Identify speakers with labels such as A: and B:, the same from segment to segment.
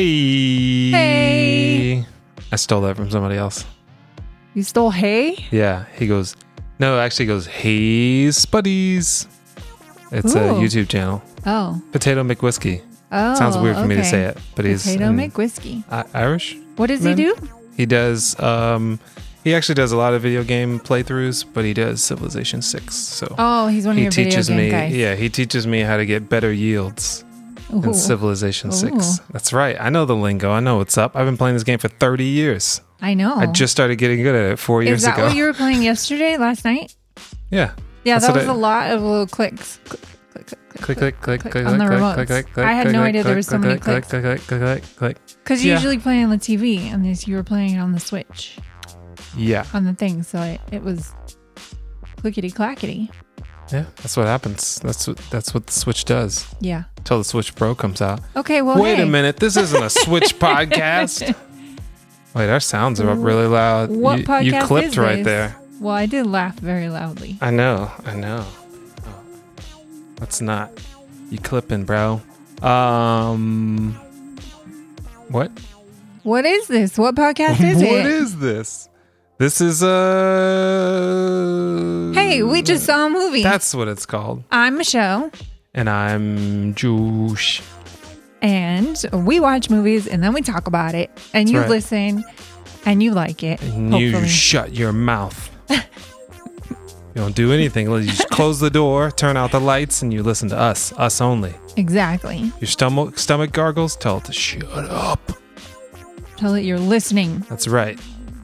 A: Hey.
B: Hey.
A: I stole that from somebody else.
B: You stole hay?
A: Yeah. He goes, no, it actually goes, hey, Spuddies. It's a
B: Ooh.
A: YouTube channel.
B: Oh.
A: Potato McWhiskey.
B: Oh.
A: Sounds weird for me to
B: okay.
A: say it, but he's
B: Potato
A: in-
B: McWhiskey.
A: I- Irish.
B: What does he
A: Man.
B: do?
A: He does, um, he actually does a lot of video game playthroughs, but he does Civilization 6. So
B: Oh, he's one of
A: he
B: your
A: teaches
B: video game
A: me,
B: guys.
A: yeah, he teaches me how to get better yields.
B: Ooh.
A: in Civilization Six.
B: Ooh.
A: That's right. I know the lingo. I know what's up. I've been playing this game for thirty years.
B: I know.
A: I just started getting good at it four years
B: Oh. Is that
A: ago.
B: what you were playing yesterday, last night?
A: yeah.
B: Yeah,
A: That's
B: that
A: what
B: was
A: I-
B: a lot of little clicks. Click, click, click,
A: Click click click click
B: click
A: click
B: on the
A: click
B: remotes.
A: click click click.
B: I had
A: click,
B: no
A: click,
B: idea there
A: click,
B: were so many
A: click, click, click click click click click.
B: Because you
A: Yeah.
B: usually play on the TV, and this you were playing on the Switch,
A: Yeah.
B: on the thing, so it, it was clickety clackety.
A: Yeah. That's what happens. That's what that's what the Switch does.
B: Yeah.
A: Till the Switch Pro comes out.
B: Okay. Well.
A: Wait
B: Oh, hey.
A: a minute. This isn't a Switch podcast. Wait, our sounds are up really loud.
B: What
A: you,
B: podcast
A: you clipped
B: is
A: right
B: this?
A: there.
B: Well, I did laugh very loudly.
A: I know, I know. Oh, that's not you clipping, bro. Um, what?
B: What is this? What podcast
A: What
B: is
A: is
B: it?
A: this? This is uh.
B: Hey, we just saw a movie.
A: That's what it's called.
B: I'm Michelle,
A: And I'm Jush.
B: and we watch movies and then we talk about it, and you
A: right.
B: listen, and you like it.
A: And you
B: hopefully.
A: shut your mouth. you don't do anything. You just close the door, turn out the lights, and you listen to us. Us only.
B: exactly.
A: Your stomach stomach gargles. Tell it to shut up.
B: Tell it you're listening.
A: That's right.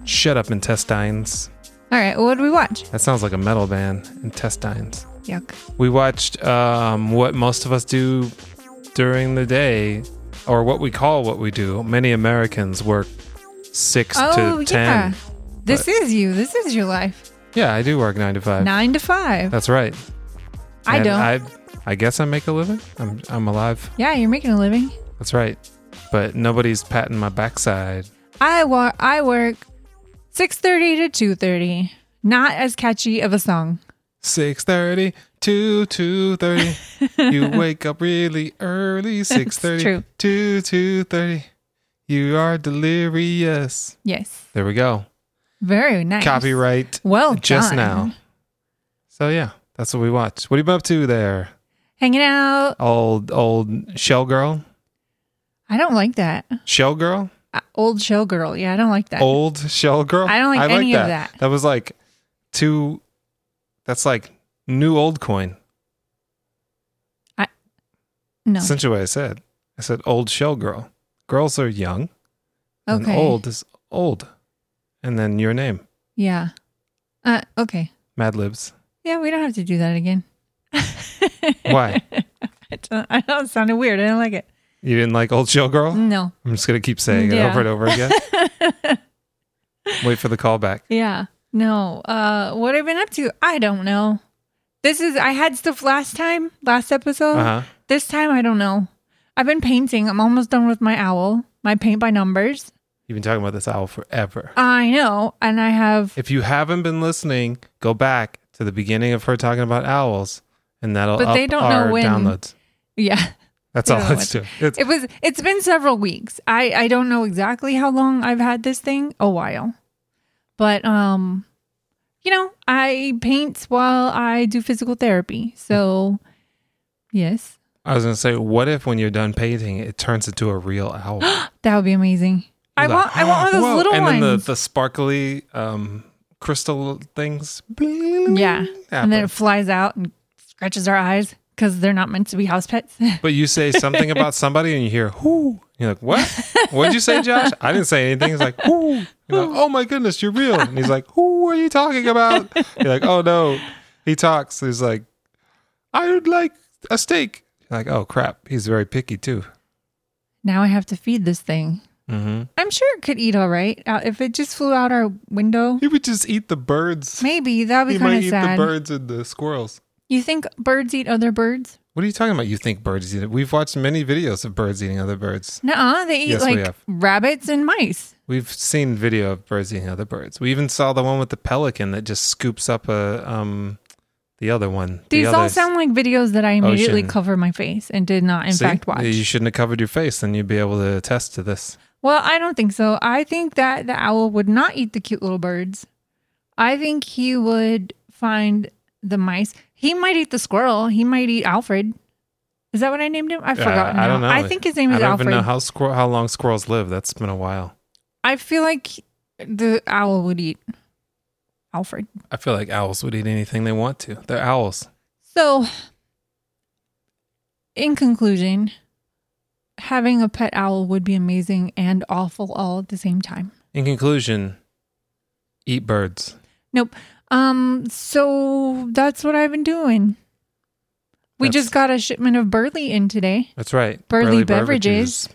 A: Shut up, intestines.
B: All right. What did we watch?
A: That sounds like a metal band, intestines.
B: Yuck.
A: We watched um, what most of us do during the day, or what we call what we do. Many Americans work six
B: Oh
A: to ten.
B: yeah. This is you. This is your life.
A: Yeah, I do work nine to five.
B: Nine to five.
A: That's right.
B: I
A: Uh, And
B: don't.
A: I, I guess I make a living. I'm, I'm alive.
B: yeah, you're making a living.
A: That's right. But nobody's patting my backside.
B: I wa- I work six thirty to two thirty. Not as catchy of a song.
A: Six thirty to two thirty. you wake up really early. Six thirty
B: true.
A: to two thirty. You are delirious.
B: Yes.
A: There we go.
B: Very nice.
A: Copyright
B: Well,
A: just
B: Oh, done.
A: now. So yeah, that's what we watched. What have you been up to there,
B: Hanging out.
A: old old shell girl?
B: I don't like that.
A: Shell girl?
B: Uh, old show girl. Yeah, I don't like that.
A: Old shell girl?
B: I don't like any of that.
A: That was like two. That's like new old coin.
B: no.
A: Essentially, what I said. I said old shell girl. Girls are young. And
B: okay.
A: old is old. And then your name,
B: Yeah. Uh, okay.
A: Mad Libs.
B: Yeah, we don't have to do that again.
A: Why?
B: I don't, I don't it sounded weird. I don't like it.
A: You didn't like Old Shell Girl?
B: No.
A: I'm just going to keep saying it
B: Mm. Yeah.
A: over and over again. Wait for the callback.
B: Yeah. No. Uh what I've been up to, I don't know. This is I had stuff last time, last episode.
A: Uh huh.
B: This time I don't know. I've been painting. I'm almost done with my owl, my paint by numbers.
A: You've been talking about this owl forever.
B: I know, and I have
A: If you haven't been listening, go back to the beginning of her talking about owls, and that'll
B: But
A: up
B: they don't know
A: our
B: when.
A: downloads.
B: yeah.
A: That's
B: They
A: all
B: don't know
A: it's doing. It's,
B: It was it's been several weeks. I I don't know exactly how long I've had this thing, a while. But um you know, I paint while I do physical therapy. So yes,
A: I was going to say, what if when you're done painting, it turns into a real owl?
B: that would be amazing. I
A: You're like,
B: want I want one of those
A: "Whoa,"
B: little
A: and then
B: ones.
A: the, the sparkly um, crystal things.
B: Yeah. and then it
A: happens.
B: flies out and scratches our eyes because they're not meant to be house pets.
A: But you say something about somebody and you hear whoo. You're like, what? What'd you say, Josh? I didn't say anything. He's like, whoo. You're like, oh my goodness, you're real. And he's like, who are you talking about? You're like, oh no. He talks. He's like, I would like a steak. You're like, oh crap. He's very picky too.
B: now I have to feed this thing.
A: Mm-hmm.
B: I'm sure it could eat all right uh, if it just flew out our window.
A: He would just eat the birds.
B: Maybe that would
A: He
B: be
A: might
B: kind of
A: eat
B: sad.
A: the birds and the squirrels.
B: You think birds eat other birds?
A: What are you talking about? You think birds eat it? We've watched many videos of birds eating other birds.
B: Nuh-uh, they eat
A: Yes, we
B: like
A: have.
B: rabbits and mice.
A: We've seen video of birds eating other birds. We even saw the one with the pelican that just scoops up a um the other one. the
B: These
A: other
B: all sound like videos that I immediately
A: Ocean.
B: cover my face and did not, in
A: See?
B: fact, watch.
A: You shouldn't have covered your face, then you'd be able to attest to this.
B: Well, I don't think so. I think that the owl would not eat the cute little birds. I think he would find the mice. He might eat the squirrel. He might eat Alfred. Is that what I named him? I forgot.
A: I don't
B: now.
A: know.
B: I think his name
A: I
B: is
A: don't even
B: Alfred.
A: know how squir- how long squirrels live. That's been a while.
B: I feel like the owl would eat Alfred.
A: I feel like owls would eat anything they want to. They're owls.
B: So, in conclusion, having a pet owl would be amazing and awful all at the same time.
A: In conclusion, eat birds.
B: Nope. Um. So that's what I've been doing. We
A: That's-
B: just got a shipment of Burley in today.
A: That's right.
B: Burley beverages.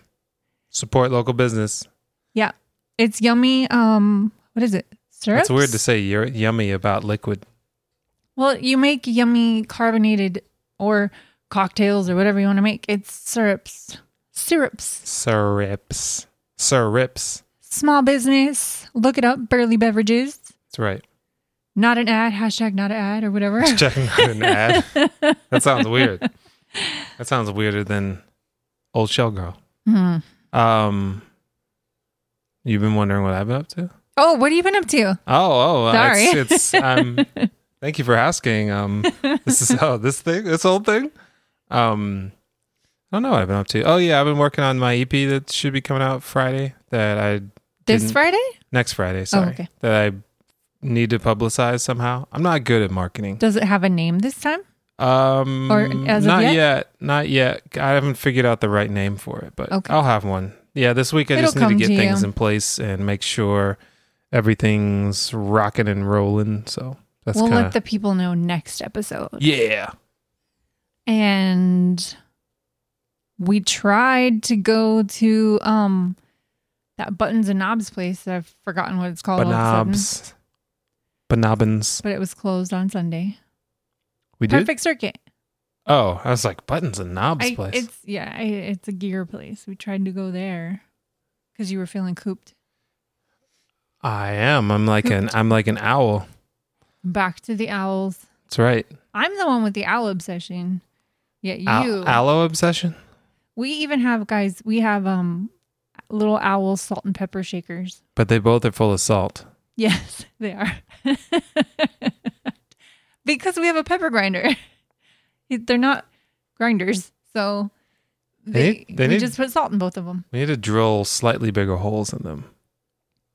A: Support local business.
B: Yeah, it's yummy. Um. What is it? Syrup.
A: That's weird to say. You're yummy about liquid.
B: Well, you make yummy carbonated or cocktails or whatever you want to make. It's syrups. Syrups.
A: Syrups. Syrups.
B: Small business. Look it up. Burley beverages.
A: That's right.
B: Not an ad. Hashtag not an ad or whatever.
A: Checking out an ad. That sounds weird. That sounds weirder than old shell girl.
B: Hmm.
A: Um, you've been wondering what I've been up to.
B: Oh, what have you been up to?
A: Oh, oh,
B: Sorry.
A: It's, it's um, thank you for asking. Um, this is oh, this thing, this whole thing. Um, I don't know what I've been up to. Oh yeah, I've been working on my EP that should be coming out Friday. That I
B: This
A: Didn't-
B: Friday?
A: next Friday. Sorry,
B: Oh, okay.
A: that I need to publicize somehow. I'm not good at marketing.
B: Does it have a name this time?
A: Um,
B: Or as of
A: not
B: yet?
A: not yet. I haven't figured out the right name for it, but
B: Okay.
A: I'll have one. Yeah, this week I
B: It'll
A: just need to
B: come
A: get
B: to you.
A: things in place and make sure everything's rocking and rolling. So that's
B: we'll
A: kind
B: let
A: of
B: the people know next episode.
A: yeah.
B: and we tried to go to um that buttons and knobs place that I've forgotten what it's called. all of a sudden,
A: Banobs, Banobbins.
B: but it was closed on Sunday.
A: We did.
B: Perfect circuit.
A: Oh, I was like buttons and knobs
B: I-
A: place.
B: It's yeah, I, it's a gear place. We tried to go there because you were feeling cooped.
A: I am. I'm like an. I'm like an owl.
B: Back to the owls.
A: That's right.
B: I'm the one with the owl obsession. Yet you,
A: Al- aloe obsession.
B: we even have guys. We have um little owl salt and pepper shakers.
A: But they both are full of salt.
B: Yes, they are. because we have a pepper grinder. They're not grinders. So
A: They
B: they,
A: need- they
B: we
A: need-
B: just put salt in both of them.
A: We need to drill slightly bigger holes in them.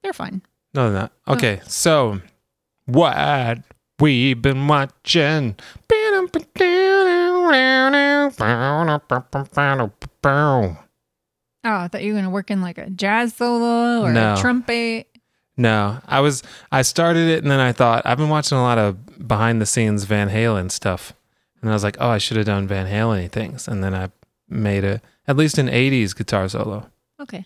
B: They're fine.
A: No, they're not.
B: No.
A: Okay, so what we been watching?
B: Oh, I thought you were going to work in like a jazz solo or
A: No.
B: a trumpet.
A: No, I was I started it and then I thought I've been watching a lot of behind the scenes Van Halen stuff, and I was like, oh, I should have done Van Halen things, and then I made a at least an '80s guitar solo.
B: Okay.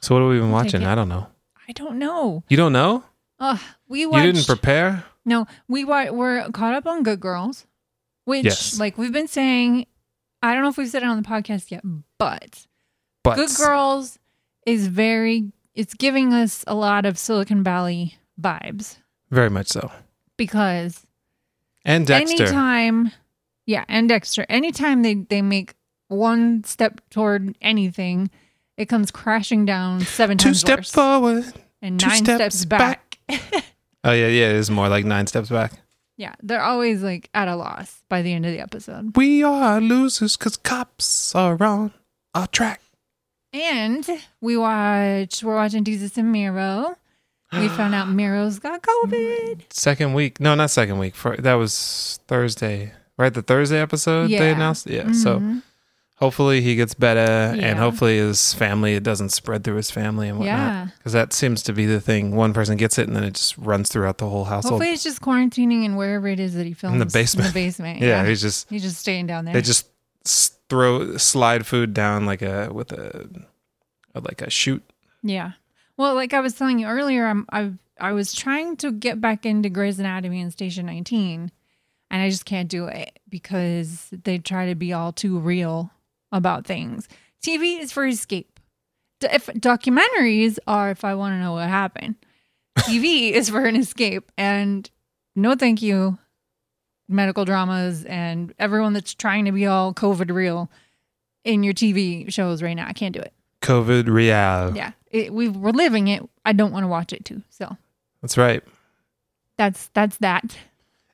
A: So what have we been
B: I'll take
A: watching?
B: it.
A: I don't know.
B: I don't know.
A: You don't know?
B: Ugh, we watched.
A: You didn't prepare?
B: no, we wa- were caught up on Good Girls, which,
A: Yes.
B: like, we've been saying, I don't know if we've said it on the podcast yet, but
A: But
B: Good Girls is very it's giving us a lot of Silicon Valley vibes
A: very much so.
B: because
A: And Dexter.
B: anytime yeah, and Dexter, anytime they they make one step toward anything, it comes crashing down seven
A: Two
B: times
A: steps
B: worse
A: forward.
B: and
A: two
B: nine
A: steps
B: steps,
A: back.
B: back.
A: Oh yeah, yeah. It is more like nine steps back.
B: Yeah, they're always like at a loss by the end of the episode.
A: We are losers because cops are on our track.
B: And we watch we're watching Jesus and Miro. We found out Miro's got COVID.
A: Second week? No, not second week. Fir- that was Thursday, right? The Thursday episode they
B: Yeah.
A: announced. Yeah. So
B: Mhm.
A: hopefully he gets better,
B: Yeah.
A: and hopefully his family it doesn't spread through his family and whatnot.
B: Yeah.
A: Because that seems to be the thing. One person gets it, and then it just runs throughout the whole household.
B: Hopefully, it's just quarantining and wherever it is that he films
A: basement.
B: the basement.
A: yeah,
B: yeah,
A: he's just
B: he's just staying down there.
A: they just s- throw slide food down like a with a, a like a chute.
B: yeah. Well, like I was telling you earlier, I'm I've I was trying to get back into Grey's Anatomy and Station 19, and I just can't do it because they try to be all too real about things. TV is for escape. D- if documentaries are if I want to know what happened, TV is for an escape. And no, thank you. medical dramas and everyone that's trying to be all COVID real in your TV shows right now. I can't do it.
A: COVID real.
B: Yeah, it, we we're living it. I don't want to watch it too. So
A: That's right.
B: that's that's that.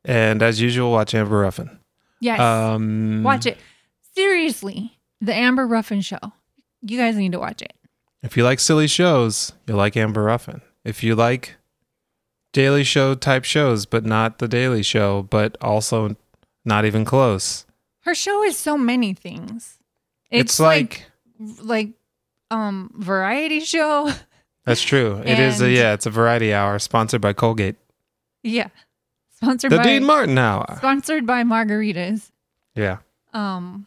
A: And as usual, watch Amber Ruffin.
B: Yes,
A: Um,
B: watch it seriously. The Amber Ruffin show. You guys need to watch it.
A: If you like silly shows, you'll like Amber Ruffin. If you like Daily Show type shows, but not The Daily Show, but also not even close,
B: Her show is so many things.
A: it's, like,
B: like like, um variety show.
A: that's true. It is a
B: And-
A: yeah, it's a variety hour sponsored by Colgate,
B: yeah, sponsored
A: the
B: by
A: Dean Martin Hour.
B: sponsored by margaritas.
A: Yeah,
B: Um,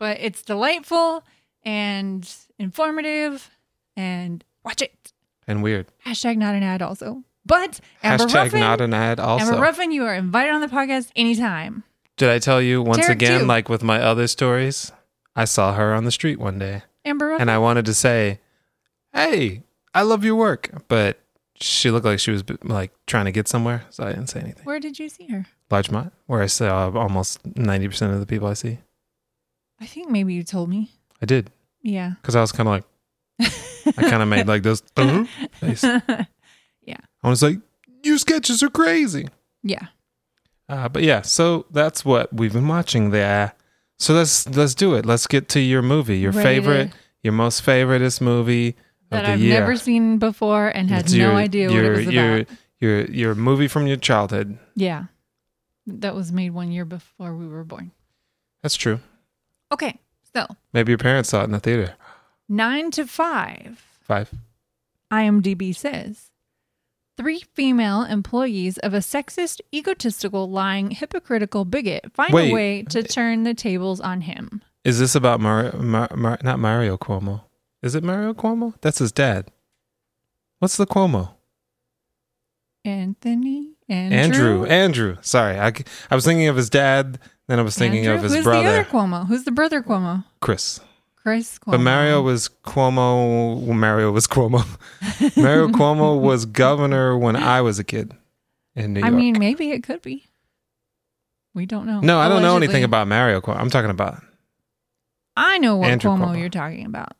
B: but it's delightful and informative, and watch it.
A: and weird.
B: Hashtag not an ad also. But Amber
A: Hashtag
B: Ruffin,
A: not an ad. Also,
B: Amber Ruffin, you are invited on the podcast anytime.
A: did I tell you once
B: Tarek
A: again,
B: too.
A: like with my other stories, I saw her on the street one day.
B: Amber Ruffin,
A: and I wanted to say, "Hey, I love your work," but she looked like she was like trying to get somewhere, so I didn't say anything.
B: where did you see her?
A: Largemont, where I saw almost ninety percent of the people I see,
B: I think maybe you told me.
A: I did
B: Yeah.
A: because I was kind of like, I kind of made like this. "Uh-huh" face. I was like, "You sketches are crazy."
B: yeah.
A: Uh, but yeah, so that's what we've been watching there. So let's let's do it. Let's get to your movie, your
B: Ready to-
A: favorite, your most favoritest movie
B: That
A: of the
B: I've
A: year.
B: never seen before and had
A: It's
B: no
A: your-
B: idea what it
A: your-
B: was about.
A: your, Your your movie from your childhood.
B: yeah. That was made one year before we were born.
A: That's true.
B: Okay. So
A: Maybe your parents saw it in the theater.
B: nine to five.
A: Five.
B: IMDb says three female employees of a sexist, egotistical, lying, hypocritical bigot find
A: Wait.
B: a way to turn the tables on him.
A: Is this about Mario? Mar- Mar- not Mario Cuomo. Is it Mario Cuomo? That's his dad. What's the Cuomo?
B: Anthony,
A: Andrew.
B: Andrew,
A: Andrew. Sorry, I, c- I was thinking of his dad. Then I was thinking
B: Andrew?
A: of his
B: Who's the
A: brother,
B: other Cuomo? Who's the brother Cuomo?
A: Chris.
B: Chris Cuomo.
A: But Mario was Cuomo. Mario was Cuomo. Mario Cuomo was governor when I was a kid in New
B: I
A: York.
B: mean, maybe it could be. We don't know.
A: no, I don't know anything
B: Allegedly.
A: about Mario Cuomo. I'm talking about
B: I know what
A: Andrew
B: Cuomo,
A: Cuomo.
B: you're talking about.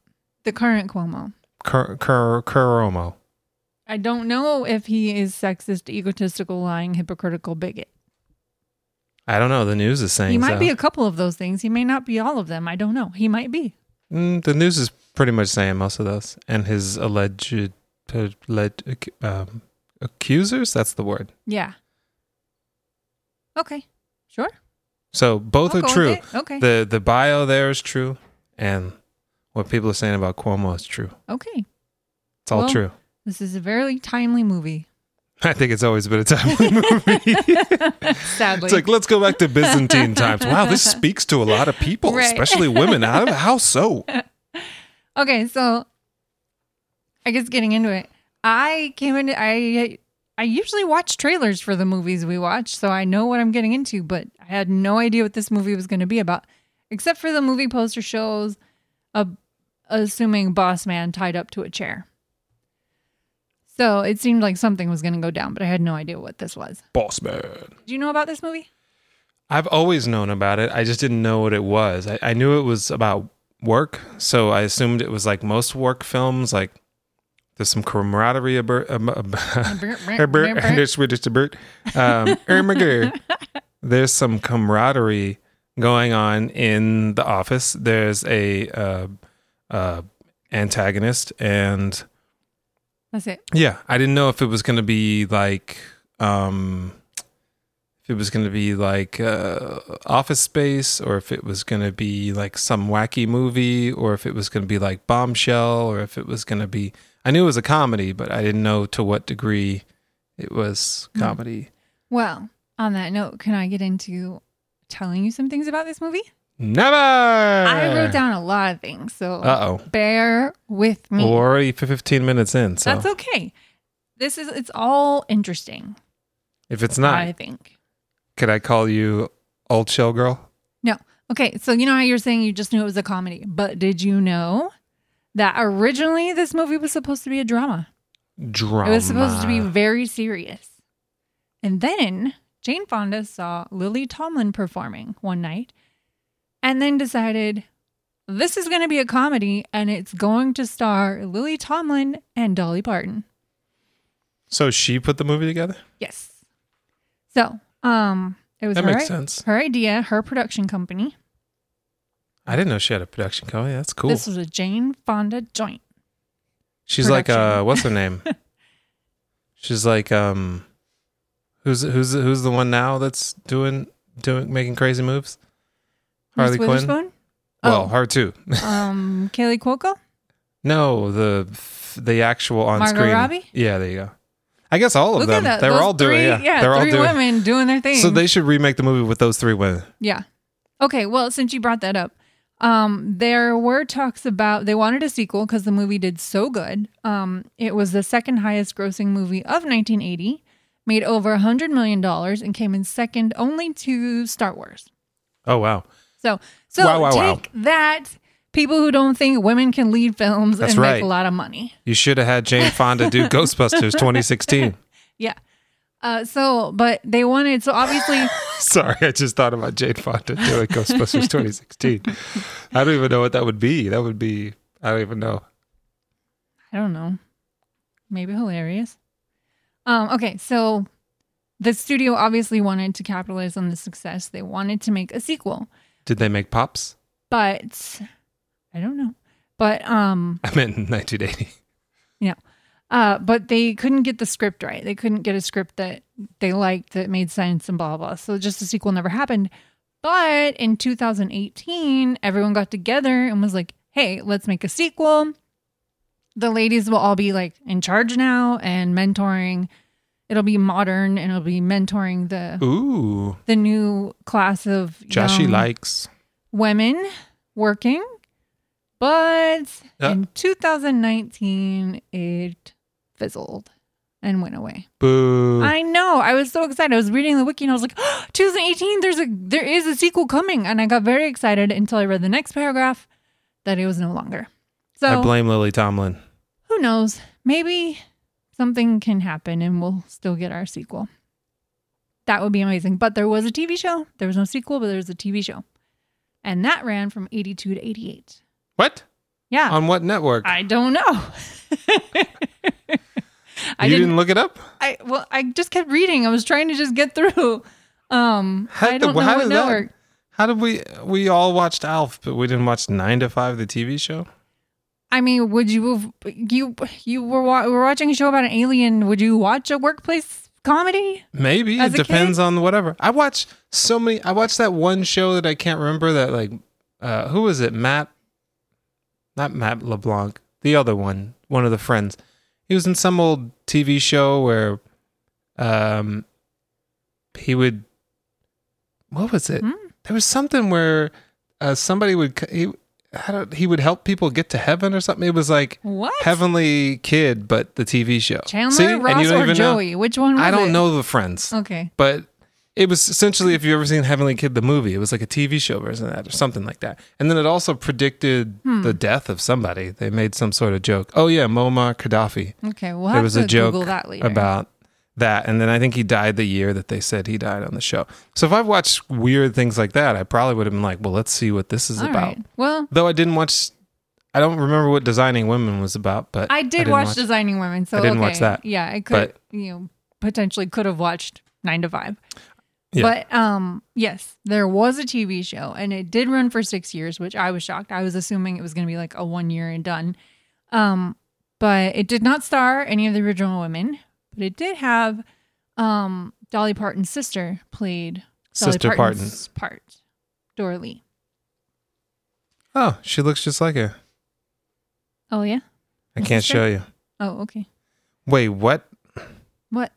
B: The current Cuomo.
A: Cur- Cur- Cuomo.
B: I don't know if he is sexist, egotistical, lying, hypocritical, bigot.
A: I don't know. The news is saying
B: He might
A: so.
B: be a couple of those things. He may not be all of them. I don't know. He might be.
A: Mm, the news is pretty much saying most of those. And his alleged, alleged um, accusers, that's the word.
B: Yeah. Okay. Sure.
A: So both
B: I'll
A: are
B: go with
A: true.
B: it. Okay.
A: The the bio there is true. And what people are saying about Cuomo is true.
B: okay.
A: It's all
B: Well-
A: true.
B: This is a very timely movie.
A: I think it's always been a timely movie.
B: Sadly.
A: it's like, let's go back to Byzantine times. Wow, this speaks to a lot of people,
B: Right.
A: especially women. How, how so?
B: okay, so I guess getting into it. I came in I I usually watch trailers for the movies we watch, so I know what I'm getting into, but I had no idea what this movie was going to be about except for the movie poster shows a assuming boss man tied up to a chair. So, it seemed like something was going to go down, but I had no idea what this was.
A: Boss man.
B: Do you know about this movie?
A: I've always known about it. I just didn't know what it was. I, I knew it was about work, so I assumed it was like most work films. Like there's some camaraderie um, about. There's uh, Swedish to Bert. Um, Ermiger. There's some camaraderie going on in the office. There's a uh, uh, antagonist, and
B: That's it.
A: yeah, I didn't know if it was gonna be like um if it was gonna be like uh office space or if it was gonna be like some wacky movie or if it was gonna be like bombshell or if it was gonna be I knew it was a comedy, but I didn't know to what degree it was
B: Hmm.
A: comedy.
B: Well, on that note, can I get into telling you some things about this movie?
A: Never
B: I wrote down a lot of things, so
A: Uh oh.
B: bear with me.
A: We're already f- fifteen minutes in, so
B: That's okay. This is it's all interesting,
A: if it's not,
B: I think.
A: could I call you old chill girl?
B: No. Okay, so you know how you're saying you just knew it was a comedy, but did you know that originally this movie was supposed to be a drama?
A: Drama.
B: It was supposed to be very serious. And then Jane Fonda saw Lily Tomlin performing one night and then decided this is going to be a comedy and it's going to star Lily Tomlin and Dolly Parton.
A: So she put the movie together?
B: Yes. So, um, it was
A: That
B: her,
A: makes sense.
B: her idea, her production company.
A: I didn't know she had a production company. That's cool.
B: This was a Jane Fonda joint.
A: She's like
B: production.
A: uh what's her name? She's like um who's who's who's the one now that's doing doing making crazy moves? Harley
B: Reese
A: Quinn?
B: Witherspoon?
A: Well,
B: Oh,
A: her too.
B: um, Kaylee Cuoco?
A: no, the the actual on
B: Margot
A: screen.
B: Robbie?
A: Yeah, there you go. I guess all of
B: Look
A: them.
B: at that.
A: They were
B: those
A: all doing
B: three,
A: yeah. They're all
B: three
A: doing
B: women doing their thing.
A: So they should remake the movie with those three women.
B: Yeah. Okay. Well, since you brought that up, um, there were talks about they wanted a sequel because the movie did so good. Um, it was the second highest grossing movie of 1980, made over $100 million, and came in second only to Star Wars.
A: Oh wow.
B: So, so
A: Wow, wow, wow.
B: take that, people who don't think women can lead films
A: That's
B: and
A: right.
B: make a lot of money.
A: You should have had Jane Fonda do Ghostbusters 2016.
B: Yeah. Uh, so, but they wanted, so obviously.
A: Sorry, I just thought about Jane Fonda doing Ghostbusters 2016. I don't even know what that would be. That would be I don't even know.
B: I don't know. Maybe hilarious. Um, okay, so the studio obviously wanted to capitalize on the success. They wanted to make a sequel,
A: Did they make pops?
B: but I don't know. But um,
A: I meant in 1980.
B: uh, but they couldn't get the script right. They couldn't get a script that they liked that made sense and blah blah. blah. So just a sequel never happened. But in 2018, everyone got together and was like, "Hey, let's make a sequel." The ladies will all be like in charge now and mentoring. It'll be modern and it'll be mentoring the
A: Ooh,
B: the new class of
A: Joshy
B: young
A: likes.
B: women working. But
A: Yeah.
B: in 2019, it fizzled and went away.
A: Boo.
B: I know. I was so excited. I was reading the wiki and I was like, 2018, there's a there is a sequel coming. And I got very excited until I read the next paragraph that it was no longer.
A: I
B: So
A: blame Lily Tomlin.
B: who knows? Maybe something can happen and we'll still get our sequel. That would be amazing. But there was a TV show. There was no sequel, but there was a TV show. And that ran from 82 to 88.
A: What?
B: Yeah.
A: On what network?
B: I don't know. I
A: you
B: didn't,
A: didn't, look it up?
B: I well, I just kept reading. I was trying to just get through. Um,
A: How
B: I
A: the-
B: don't know
A: how
B: what
A: did that-
B: network.
A: How did we we all watched Alf, but we didn't watch 9 to 5 the TV show?
B: I mean, would you have you you were wa- were watching a show about an alien? Would you watch a workplace comedy?
A: Maybe
B: As
A: it
B: a kid?
A: depends on whatever. I watch so many. I watched that one show that I can't remember. That like, uh, who was it? Matt, not Matt LeBlanc. The other one, one of the friends. He was in some old TV show where, um, he would. What was it?
B: Hmm?
A: There was something where uh, somebody would c- he I don't, he would help people get to heaven or something. It was like
B: What?
A: Heavenly Kid, but the TV show.
B: Chandler,
A: See? And
B: Ross,
A: you don't
B: or
A: even know.
B: Joey? Which one? Was
A: I don't
B: it?
A: know the friends
B: Okay,
A: but it was essentially if you've ever seen Heavenly Kid the movie, it was like a TV show version of that or something like that. And then it also predicted
B: Hmm.
A: the death of somebody. They made some sort of joke. Oh yeah, Muammar Gaddafi.
B: okay. We'll
A: there
B: have
A: was
B: to
A: a joke
B: Google that later.
A: about that. And then I think he died the year that they said he died on the show. So if I've watched weird things like that, I probably would have been like, well, let's see what this is
B: All
A: about.
B: right. Well,
A: Though I didn't watch I don't remember what Designing Women was about, but
B: I did
A: didn't
B: watch, Designing Women, so
A: I didn't
B: okay.
A: watch that,
B: Yeah, I could
A: but-
B: you know potentially could have watched Nine to Five.
A: Yeah.
B: But um, yes, there was a TV show, and it did run for six years, which I was shocked. I was assuming it was going to be like a one year and done. Um, but it did not star any of the original women, but it did have um Dolly Parton's sister played Dolly
A: Sister Parton.
B: Parton's part, Dora Lee.
A: Oh, she looks just like her.
B: Oh yeah.
A: I
B: Her
A: can't
B: sister?
A: show you.
B: Oh okay.
A: Wait, what?
B: What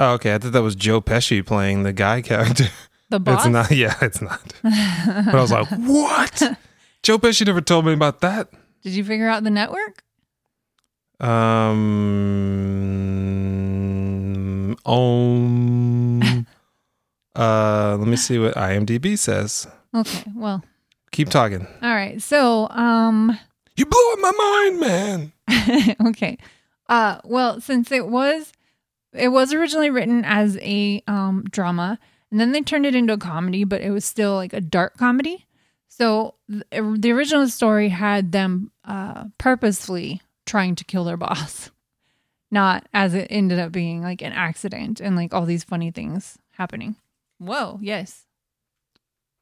A: Oh, okay. I thought that was Joe Pesci playing the guy character.
B: the boss?
A: It's not. Yeah, it's not. but I was like, what? Joe Pesci never told me about that.
B: Did you figure out the network?
A: Um. Um. uh. Let me see what IMDb says.
B: Okay. Well.
A: Keep talking.
B: All right. So, um
A: You blew up my mind, man.
B: okay. Uh well, since it was It was originally written as a um, drama, and then they turned it into a comedy, but it was still like a dark comedy. So th- the original story had them uh, purposefully trying to kill their boss, not as it ended up being like an accident and like all these funny things happening. Whoa, yes.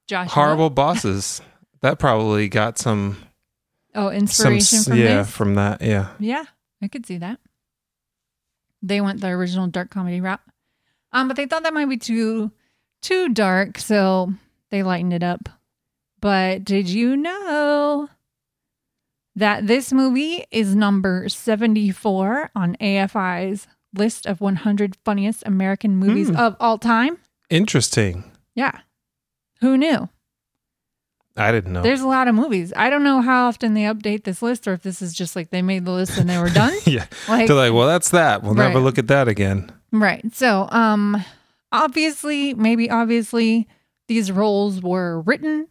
B: Josh.
A: Horrible bosses. That probably got some
B: Oh,
A: some
B: inspiration
A: s-
B: from
A: yeah
B: this.
A: from that yeah.
B: Yeah, I could see that. They went the original dark comedy route. Um, but they thought that might be too too dark, so they lightened it up. But did you know that this movie is number 74 on AFI's list of 100 funniest American movies
A: Hmm.
B: of all time?
A: Interesting.
B: Yeah. Who knew?
A: I didn't know.
B: There's a lot of movies. I don't know how often they update this list or if this is just like they made the list and they were done.
A: yeah. They're like, well, that's that. We'll never
B: Right.
A: look at that again.
B: Right. So, um, obviously, maybe obviously, these roles were written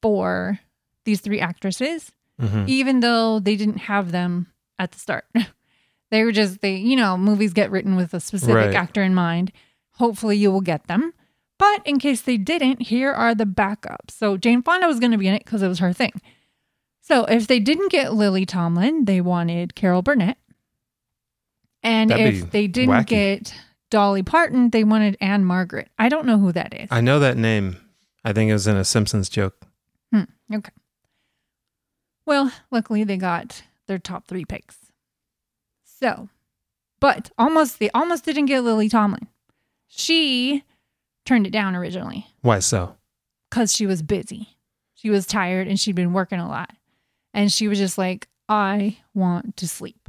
B: for these three actresses,
A: Mhm.
B: even though they didn't have them at the start. they were just they, you know, movies get written with a specific
A: Right.
B: actor in mind. Hopefully, you will get them. But in case they didn't, here are the backups. So Jane Fonda was going to be in it because it was her thing. So if they didn't get Lily Tomlin, they wanted Carol Burnett. And
A: That'd
B: if
A: be
B: they didn't
A: wacky.
B: get Dolly Parton, they wanted Anne Margaret. I don't know who that is.
A: I know that name. I think it was in a Simpsons joke.
B: Okay. Well, luckily they got their top three picks. So, but almost they almost didn't get Lily Tomlin. She turned it down originally
A: Why so?
B: because she was busy. She was tired and she'd been working a lot. And she was just like, I want to sleep.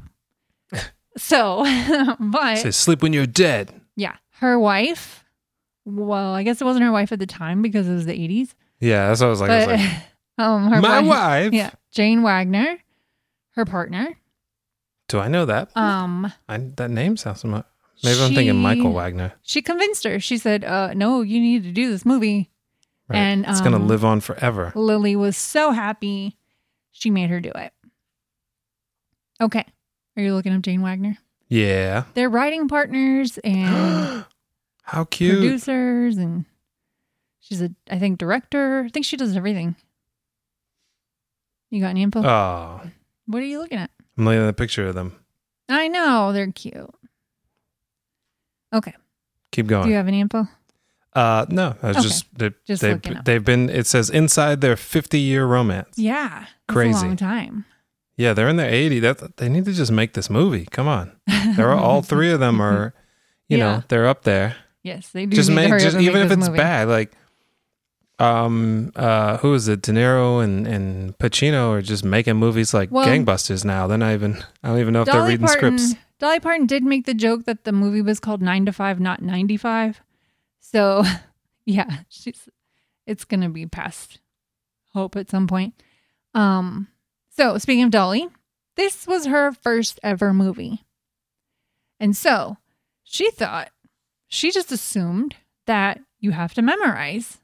B: so, but
A: Say sleep when you're dead.
B: yeah, her wife, well, I guess it wasn't her wife at the time because it was the 80s.
A: Yeah, that's what I was like. I was
B: but
A: like,
B: um, her
A: My
B: wife-
A: wife.
B: yeah, Jane Wagner, her partner.
A: Do I know that?
B: Um,
A: I, that name sounds familiar. Maybe I'm thinking
B: she-
A: Michael Wagner.
B: she convinced her. She said, uh, "No, you need to do this movie."
A: Right.
B: And
A: it's gonna
B: um,
A: live on forever.
B: Lily was so happy, she made her do it. Okay, are you looking up Jane Wagner?
A: Yeah.
B: They're writing partners and
A: How cute.
B: producers, and she's a, I think, director. I think she does everything. You got any info?
A: Oh,
B: what are you looking at?
A: I'm looking at a picture of them.
B: I know they're cute. Okay,
A: Keep
B: do
A: going.
B: you have any info?
A: Uh, no, I was
B: Okay.
A: just, they,
B: Just
A: they've,
B: looking up.
A: they've been, it says inside their 50 year romance. Yeah.
B: Yeah, that's
A: Crazy.
B: a long time.
A: they're in their 80. That They need to just make this movie. Come on. They're all three of them are, you
B: Yeah.
A: know, they're up there.
B: Yes, they do.
A: just
B: need to
A: make,
B: hurry up
A: just,
B: and
A: even
B: make
A: if
B: this
A: it's
B: movie.
A: bad, like, um, uh, who is it? De Niro and, and Pacino are just making movies like
B: Well,
A: gangbusters now. They're not even, I don't even know if they're
B: Dolly
A: reading
B: Parton.
A: scripts.
B: Dolly Parton did make the joke that the movie was called Nine to Five, not ninety five. So, yeah, she's it's gonna be past hope at some point. Um, so speaking of Dolly, this was her first ever movie, and so she thought she just assumed that you have to memorize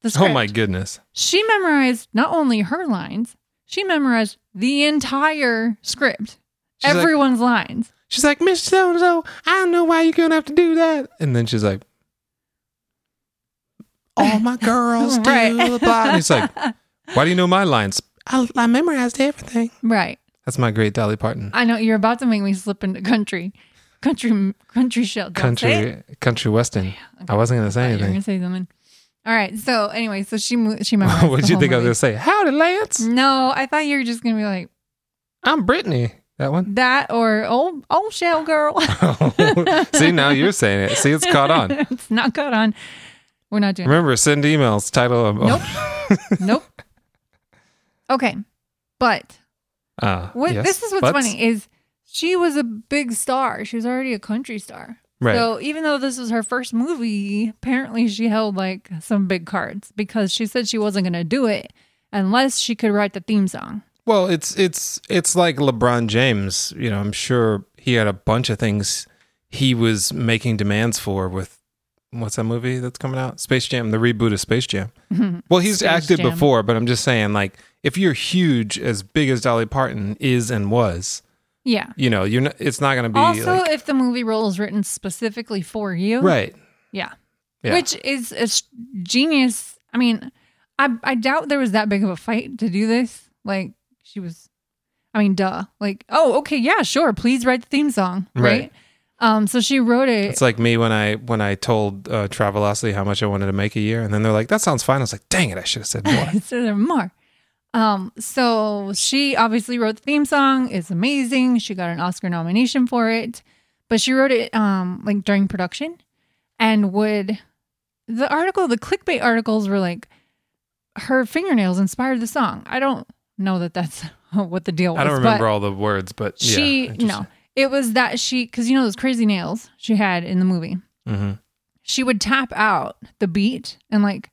B: the script.
A: Oh my goodness.
B: She memorized not only her lines, she memorized the entire script,
A: She's like,
B: everyone's lines.
A: She's like, Miss So and so, I don't know why you're gonna have to do that. And then she's like, All my girls do
B: Right.
A: the blah. And it's like, Why do you know my lines? I, I memorized everything.
B: Right.
A: That's my great Dolly Parton.
B: I know you're about to make me slip into country, country, country shell. Don't
A: country,
B: say it.
A: country western. I wasn't gonna
B: I
A: say
B: thought you were
A: anything.
B: gonna say something. All right. So anyway, so she mo- she memorized.
A: what
B: the
A: did you
B: whole
A: think I was gonna
B: movie.
A: say? Howdy, Lance.
B: No, I thought you were just gonna be like
A: I'm Brittany. That one.
B: that or old old shell girl.
A: See, now you're saying it. See, it's caught on.
B: it's not caught on. We're not doing.
A: Remember, send emails. Title of
B: Nope. nope. Okay, but
A: Uh,
B: What
A: yes,
B: this is what's
A: but-
B: funny is she was a big star. She was already a country star.
A: Right.
B: So even though this was her first movie, apparently she held like some big cards because she said she wasn't going to do it unless she could write the theme song.
A: Well, it's it's it's like LeBron James. You know, I'm sure he had a bunch of things he was making demands for with what's that movie that's coming out? Space Jam, the reboot of Space Jam. Well, he's
B: Mm-hmm. Space
A: acted
B: Jam.
A: before, but I'm just saying, like, if you're huge as big as Dolly Parton is and was,
B: Yeah.
A: You know, you're not, it's not going to be
B: also,
A: like,
B: if the movie role is written specifically for you,
A: right.
B: Yeah.
A: Yeah.
B: Which is a s- genius. I mean, I I doubt there was that big of a fight to do this. Like she was I mean, duh. Like, oh, okay, yeah, sure. Please write the theme song, right?
A: Right.
B: Um so she wrote it.
A: It's like me when I when I told uh, Travelocity how much I wanted to make a year, and then they're like, "That sounds fine." I was like, "Dang it, I should have said more."
B: so there are more. Um, so she obviously wrote the theme song. It's amazing. She got an Oscar nomination for it, but she wrote it um like during production, and would the article, the clickbait articles were like, her fingernails inspired the song. I don't know that that's what the deal was.
A: I don't
B: but-
A: remember all the words, but yeah,
B: she
A: interesting.
B: no it was that she because you know those crazy nails she had in the movie
A: Mhm.
B: she would tap out the beat and like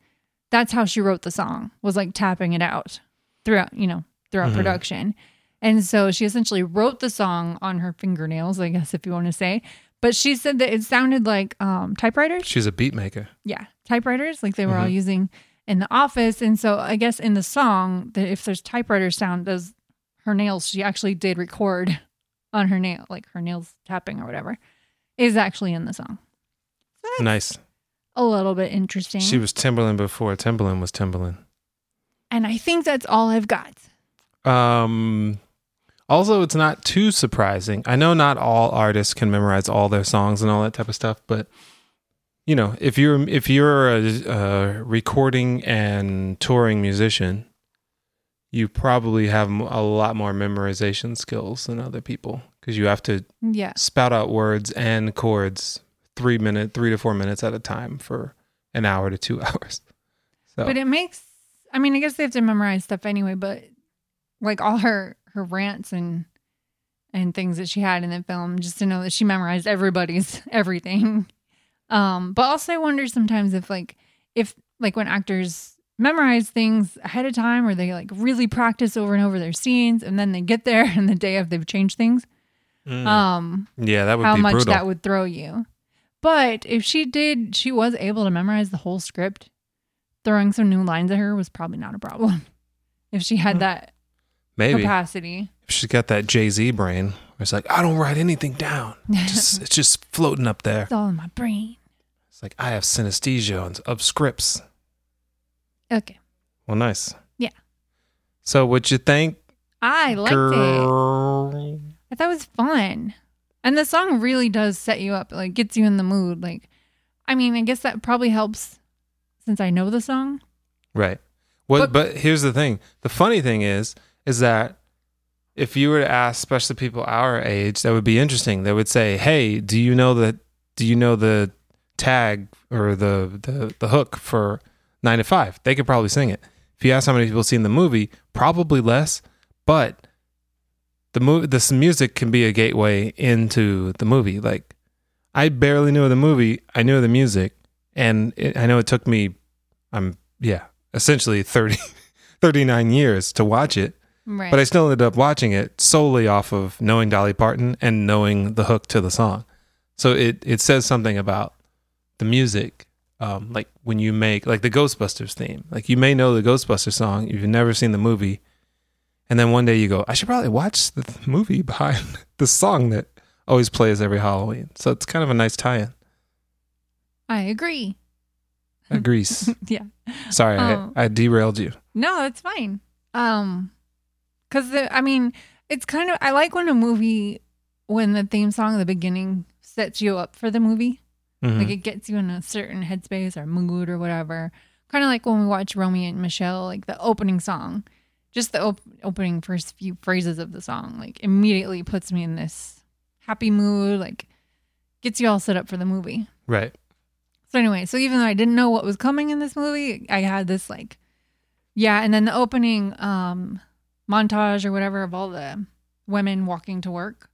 B: that's how she wrote the song was like tapping it out throughout you know throughout
A: Mhm.
B: production and so she essentially wrote the song on her fingernails i guess if you want to say but she said that it sounded like um, typewriters
A: She's a beat maker.
B: yeah typewriters like they were all using in the office and so i guess in the song that if there's typewriter sound those her nails she actually did record on her nail like her nails tapping or whatever is actually in the song
A: Nice.
B: a little bit interesting
A: She was Timberland before Timberland was Timberland.
B: and i think that's all i've got
A: Um, also, it's not too surprising. I know not all artists can memorize all their songs and all that type of stuff, but you know, if you're if you're a, a recording and touring musician, you probably have m- a lot more memorization skills than other people because you have to
B: yeah
A: spout out words and chords three minute, three to four minutes at a time for an hour to two hours. So
B: but it makes i mean i guess they have to memorize stuff anyway but like all her her rants and and things that she had in the film just to know that she memorized everybody's everything um but also i wonder sometimes if like if like when actors memorize things ahead of time or they like really practice over and over their scenes and then they get there and the day of they've changed things
A: Mm.
B: um
A: yeah, that would
B: how
A: be
B: much
A: brutal.
B: that would throw you. But if she did, she was able to memorize the whole script. Throwing some new lines at her was probably not a problem. If she had that
A: Hmm. Maybe.
B: capacity,
A: She's got that Jay Z brain. Where it's like I don't write anything down. Just, it's just floating up there.
B: it's all in my brain.
A: It's like I have synesthesia and of scripts.
B: Okay,
A: Well, nice.
B: Yeah.
A: So, what you think,
B: I liked it.
A: girl?
B: I thought it was fun, and the song really does set you up. Like gets you in the mood. Like, I mean, I guess that probably helps since I know the song.
A: Right. Well,
B: But-
A: but, here's the thing. The funny thing is, is that if you were to ask, especially people our age, that would be interesting. They would say, "Hey, do you know the do you know the tag or the the, the hook for Nine to Five? They could probably sing it. If you ask how many people seen the movie, probably less. But the movie, this music can be a gateway into the movie. Like, I barely knew of the movie. I knew of the music, and it, I know it took me. I'm yeah, essentially 30, 39 years to watch it,
B: Right.
A: but I still ended up watching it solely off of knowing Dolly Parton and knowing the hook to the song. So it it says something about the music, um, like when you make like the Ghostbusters theme. Like you may know the Ghostbusters song, if you've never seen the movie, and then one day you go, I should probably watch the th- movie behind the song that always plays every Halloween. So it's kind of a nice tie-in.
B: I agree.
A: Grease.
B: Yeah.
A: Sorry,
B: Oh.
A: I, I derailed you.
B: No, that's fine. Um, because I mean, it's kind of I like when a movie when the theme song at the beginning sets you up for the movie,
A: Mhm.
B: like it gets you in a certain headspace or mood or whatever. Kind of like when we watch Romeo and Michelle, like the opening song, just the op- opening first few phrases of the song, like immediately puts me in this happy mood, like gets you all set up for the movie.
A: right.
B: So anyway, so even though I didn't know what was coming in this movie, I had this like yeah, and then the opening um montage or whatever of all the women walking to work.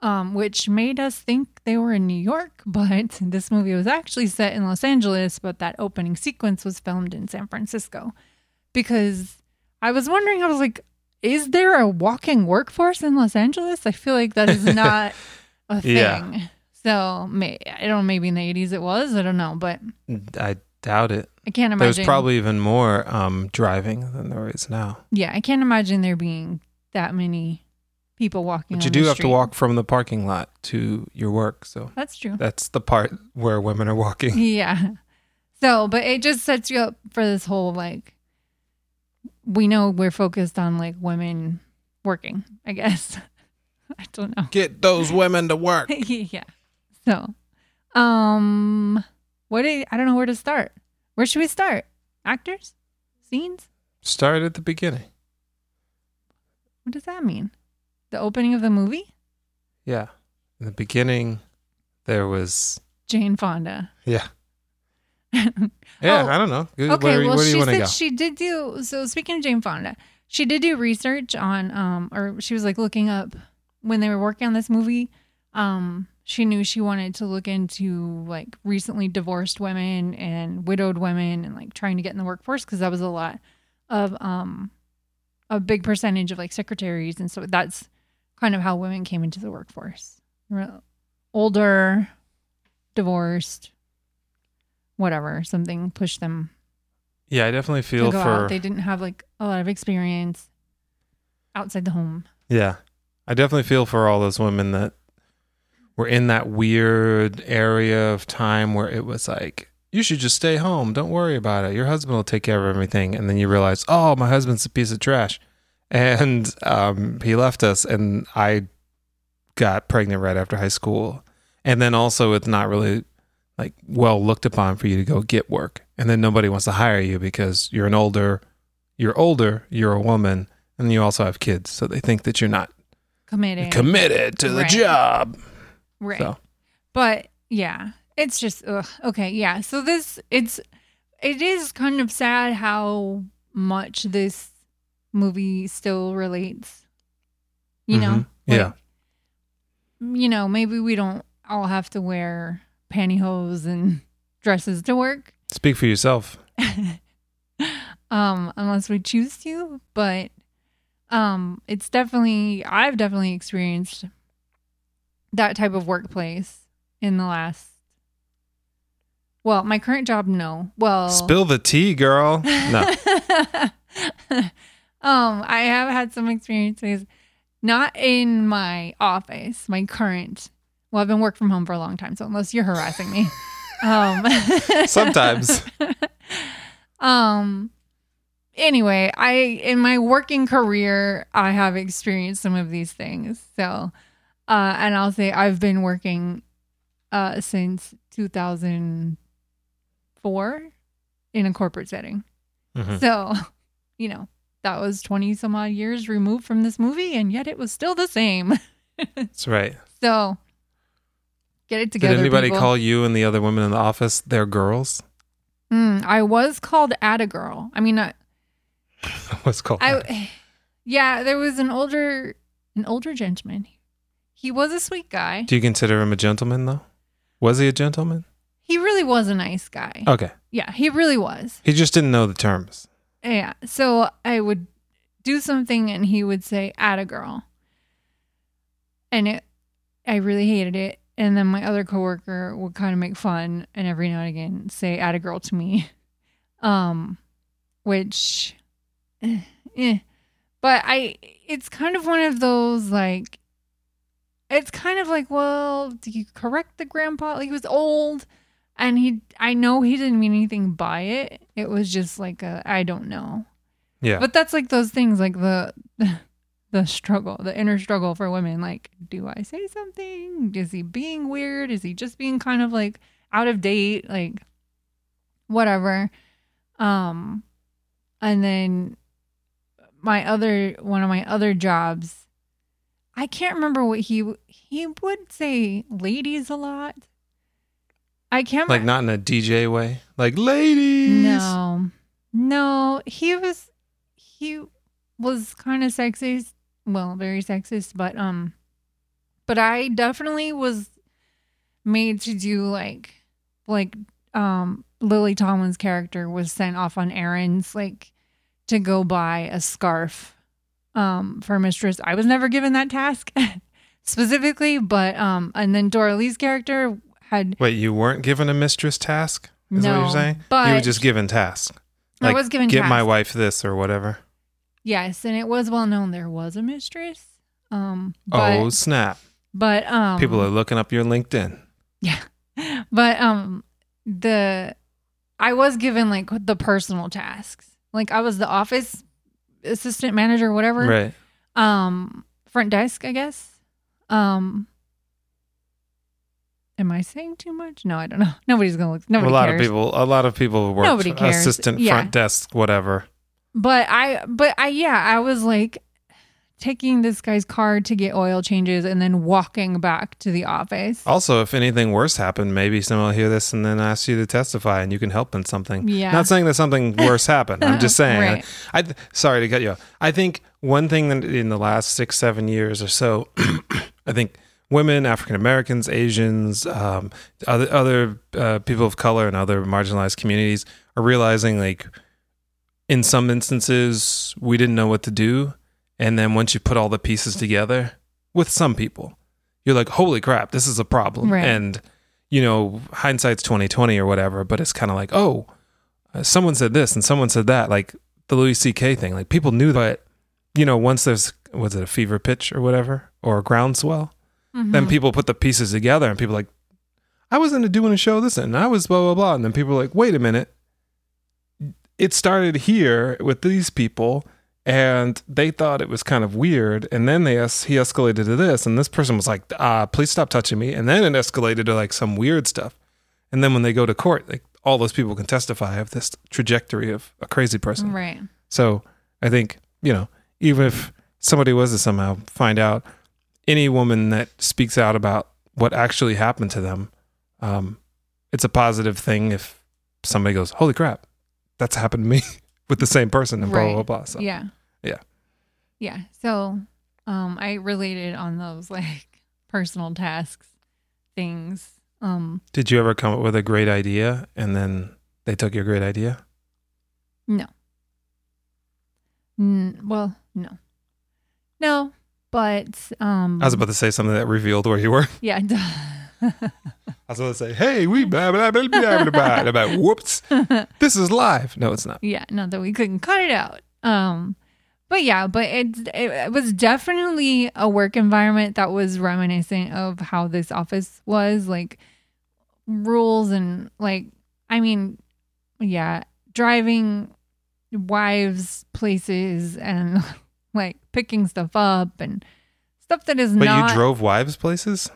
B: Um, which made us think they were in New York, but this movie was actually set in Los Angeles, but that opening sequence was filmed in San Francisco. Because I was wondering, I was like, is there a walking workforce in Los Angeles? I feel like that is not a thing.
A: Yeah.
B: So may, I don't know, maybe in the 80s it was. I don't know, but
A: I doubt it.
B: I can't imagine.
A: There's probably even more um, driving than there is now.
B: yeah, I can't imagine there being that many people
A: But
B: walking. on
A: you
B: the
A: do have to
B: street.
A: walk from the parking lot to your work. So
B: That's true.
A: that's the part where women are walking.
B: yeah. So, but it just sets you up for this whole like, we know we're focused on like women working, I guess. I don't know.
A: Get those women to work.
B: yeah. So, um, what do I don't know where to start. Where should we start? Actors? Scenes?
A: Start at the beginning.
B: What does that mean? The opening of the movie?
A: Yeah. In the beginning, there was.
B: Jane Fonda.
A: Yeah. Yeah,
B: Oh.
A: I don't know. Where-
B: Okay,
A: where,
B: well,
A: where do you
B: she
A: want to
B: said
A: go?
B: she did do. So speaking of Jane Fonda, she did do research on, um, or she was like looking up when they were working on this movie. Um, she knew she wanted to look into like recently divorced women and widowed women and like trying to get in the workforce because that was a lot of um, a big percentage of like secretaries and so that's kind of how women came into the workforce. Re- Older, divorced, whatever, something pushed them
A: yeah, I definitely
B: to
A: feel
B: go
A: for.
B: out. They didn't have like a lot of experience outside the home.
A: Yeah. I definitely feel for all those women that were in that weird area of time where it was like, you should just stay home. Don't worry about it. Your husband will take care of everything. And then you realize, oh, my husband's a piece of trash. And um, he left us. And I got pregnant right after high school. And then also, it's not really like well looked upon for you to go get work. And then nobody wants to hire you because you're an older, you're older, you're a woman, and you also have kids. So they think that you're not
B: Committing.
A: committed to the
B: Right.
A: job.
B: right.
A: So.
B: But yeah, it's just ugh. okay. Yeah. So this it's it is kind of sad how much this movie still relates. You know.
A: Mhm. Yeah. Mm-hmm.
B: Like, you know, maybe we don't all have to wear pantyhose and dresses to work.
A: Speak for yourself.
B: um, unless we choose to. But um, it's definitely I've definitely experienced that type of workplace in the last. Well, my current job, no. Well,
A: Spill the tea, girl. No.
B: um, I have had some experiences, not in my office, my current. Well, I've been work from home for a long time, so unless you're harassing me, um,
A: Sometimes.
B: um. Anyway, I in my working career, I have experienced some of these things. So, uh, and I'll say I've been working uh, since 2004 in a corporate setting.
A: Mhm.
B: So, you know, that was 20 some odd years removed from this movie, and yet it was still the same.
A: That's right.
B: So, get it
A: Did
B: together.
A: anybody
B: people.
A: call you and the other women in the office their girls?
B: Mm, I was called at a girl. I mean, uh, not,
A: What's called? that?
B: I, yeah, there was an older, an older gentleman. He was a sweet guy.
A: Do you consider him a gentleman though? Was he a gentleman?
B: He really was a nice guy.
A: Okay.
B: Yeah, he really was.
A: He just didn't know the terms.
B: Yeah. So I would do something and he would say, at a girl. And it, I really hated it. And then my other coworker would kind of make fun and every now and again say, at a girl to me. Um, which, eh, eh. but I, it's kind of one of those like, it's kind of like, well, do you correct the grandpa? Like he was old and he i know he didn't mean anything by it it was just like a i don't know
A: Yeah.
B: but that's like those things like the the struggle the inner struggle for women like do i say something is he being weird is he just being kind of like out of date like whatever um and then my other one of my other jobs i can't remember what he w- he would say ladies a lot i can't
A: like
B: remem-
A: not in a DJ way. Like ladies.
B: no, no, he was he was kind of sexist. Well, very sexist, but um, but I definitely was made to do like like um Lily Tomlin's character was sent off on errands like to go buy a scarf um for mistress. I was never given that task specifically, but um, and then Dora Lee's character had
A: Wait, you weren't given a mistress task? Is
B: no,
A: what you're saying?
B: but
A: you were just given tasks.
B: I was given
A: get my
B: tasks.
A: wife this or whatever.
B: Yes, and it was well known there was a mistress. Um, but,
A: oh snap!
B: but um,
A: People are looking up your LinkedIn.
B: but um the i was given like the personal tasks like i was the office assistant manager whatever
A: Right.
B: um front desk i guess um am i saying too much no i don't know nobody's gonna look nobody
A: a lot
B: cares.
A: of people. A lot of people work.
B: Nobody cares.
A: Assistant
B: Yeah.
A: front desk, whatever.
B: but i but i yeah i was like taking this guy's car to get oil changes and then walking back to the office
A: Also, if anything worse happened, maybe someone will hear this and then ask you to testify, and you can help in something.
B: yeah
A: Not saying that something worse happened. I'm just saying.
B: Right.
A: I th- sorry to cut you off. I think one thing that in the last six, seven years or so, I think women, African Americans, Asians, um, other other uh, people of color, and other marginalized communities are realizing like in some instances we didn't know what to do, and then once you put all the pieces together with some people, you're like, holy crap, this is a problem,
B: Right.
A: and you know hindsight's 2020 or whatever but it's kind of like oh uh, someone said this and someone said that like the Louis C.K. thing. Like people knew, but you know, once there's was it a fever pitch or whatever or a groundswell, then
B: Mhm.
A: people put the pieces together and people like, I was into doing a show this and I was blah blah blah, and then people were like, wait a minute, it started here with these people. And they thought it was kind of weird, and then they es- he escalated to this, and this person was like, uh, "Please stop touching me." And then it escalated to like some weird stuff, and then when they go to court, like all those people can testify of this trajectory of a crazy person.
B: right
A: So I think, you know, even if somebody was to somehow find out, any woman that speaks out about what actually happened to them, um, it's a positive thing if somebody goes, holy crap, that's happened to me with the same person and
B: Right.
A: blah, blah, blah. So,
B: yeah.
A: Yeah.
B: Yeah. So um I related on those like personal tasks things. Um
A: Did you ever come up with a great idea and then they took your great idea?
B: n- well, no. No, but um
A: I was about to say something that revealed where you were.
B: yeah.
A: I was about to say, hey, we blah, blah, blah, blah, blah, blah, blah, blah. Whoops, this is live. No, it's not.
B: yeah, not that we couldn't cut it out. Um but yeah, but it, it it was definitely a work environment that was reminiscent of how this office was like rules and like I mean, yeah, driving wives places and like picking stuff up and stuff that is
A: But
B: not
A: you drove wives places?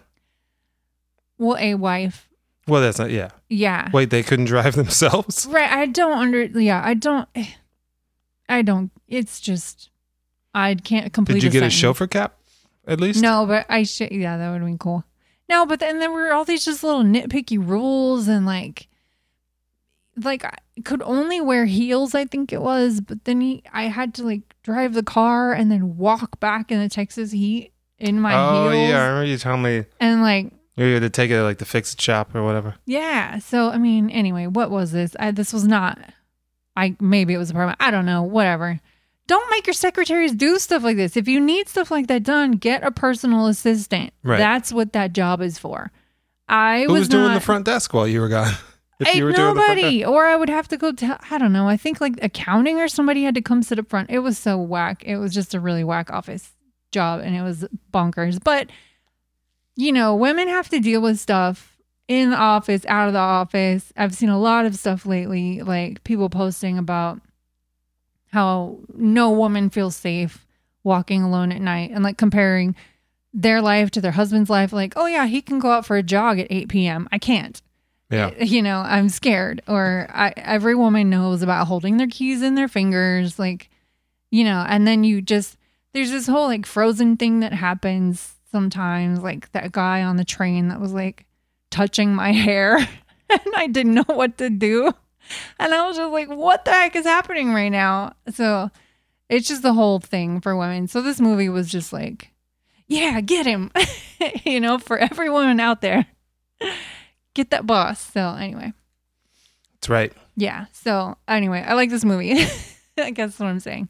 B: well a wife.
A: Well, that's not, yeah.
B: Yeah.
A: Wait, they couldn't drive themselves?
B: Right. I don't under. Yeah. I don't. eh, I don't. It's just. I can't complete.
A: Did you get a
B: sentence.
A: chauffeur cap at least?
B: No, but I should. Yeah, that would have been cool. No, but then there were all these just little nitpicky rules and like, like I could only wear heels. I think it was, but then he, I had to like drive the car and then walk back in the Texas heat in my
A: oh,
B: heels
A: yeah. I remember you telling me
B: and like
A: you had to take it to like the fix it shop or whatever.
B: Yeah. So I mean, anyway, what was this? I, this was not. I maybe it was a problem. I don't know. Whatever. Don't make your secretaries do stuff like this. If you need stuff like that done, get a personal assistant.
A: Right.
B: That's what that job is for. I
A: Who was,
B: was,
A: doing
B: not-
A: the front desk while you were gone?
B: Hey,
A: you were doing the front
B: nobody, or I would have to go tell. I don't know. I think like accounting or somebody had to come sit up front. It was so whack. It was just a really whack office job, and it was bonkers. But you know, women have to deal with stuff in the office, out of the office. I've seen a lot of stuff lately, like people posting about how no woman feels safe walking alone at night, and like comparing their life to their husband's life. Like, oh yeah, he can go out for a jog at eight p.m. I can't
A: Yeah.
B: you know, I'm scared. Or I, every woman knows about holding their keys in their fingers, like, you know, and then you just, there's this whole like frozen thing that happens sometimes, like that guy on the train that was like touching my hair and I didn't know what to do. And I was just like, what the heck is happening right now? So it's just the whole thing for women. So this movie was just like, yeah, get him, you know, for every woman out there get that boss. So anyway,
A: That's right.
B: yeah. So anyway, I like this movie. I guess that's what I'm saying.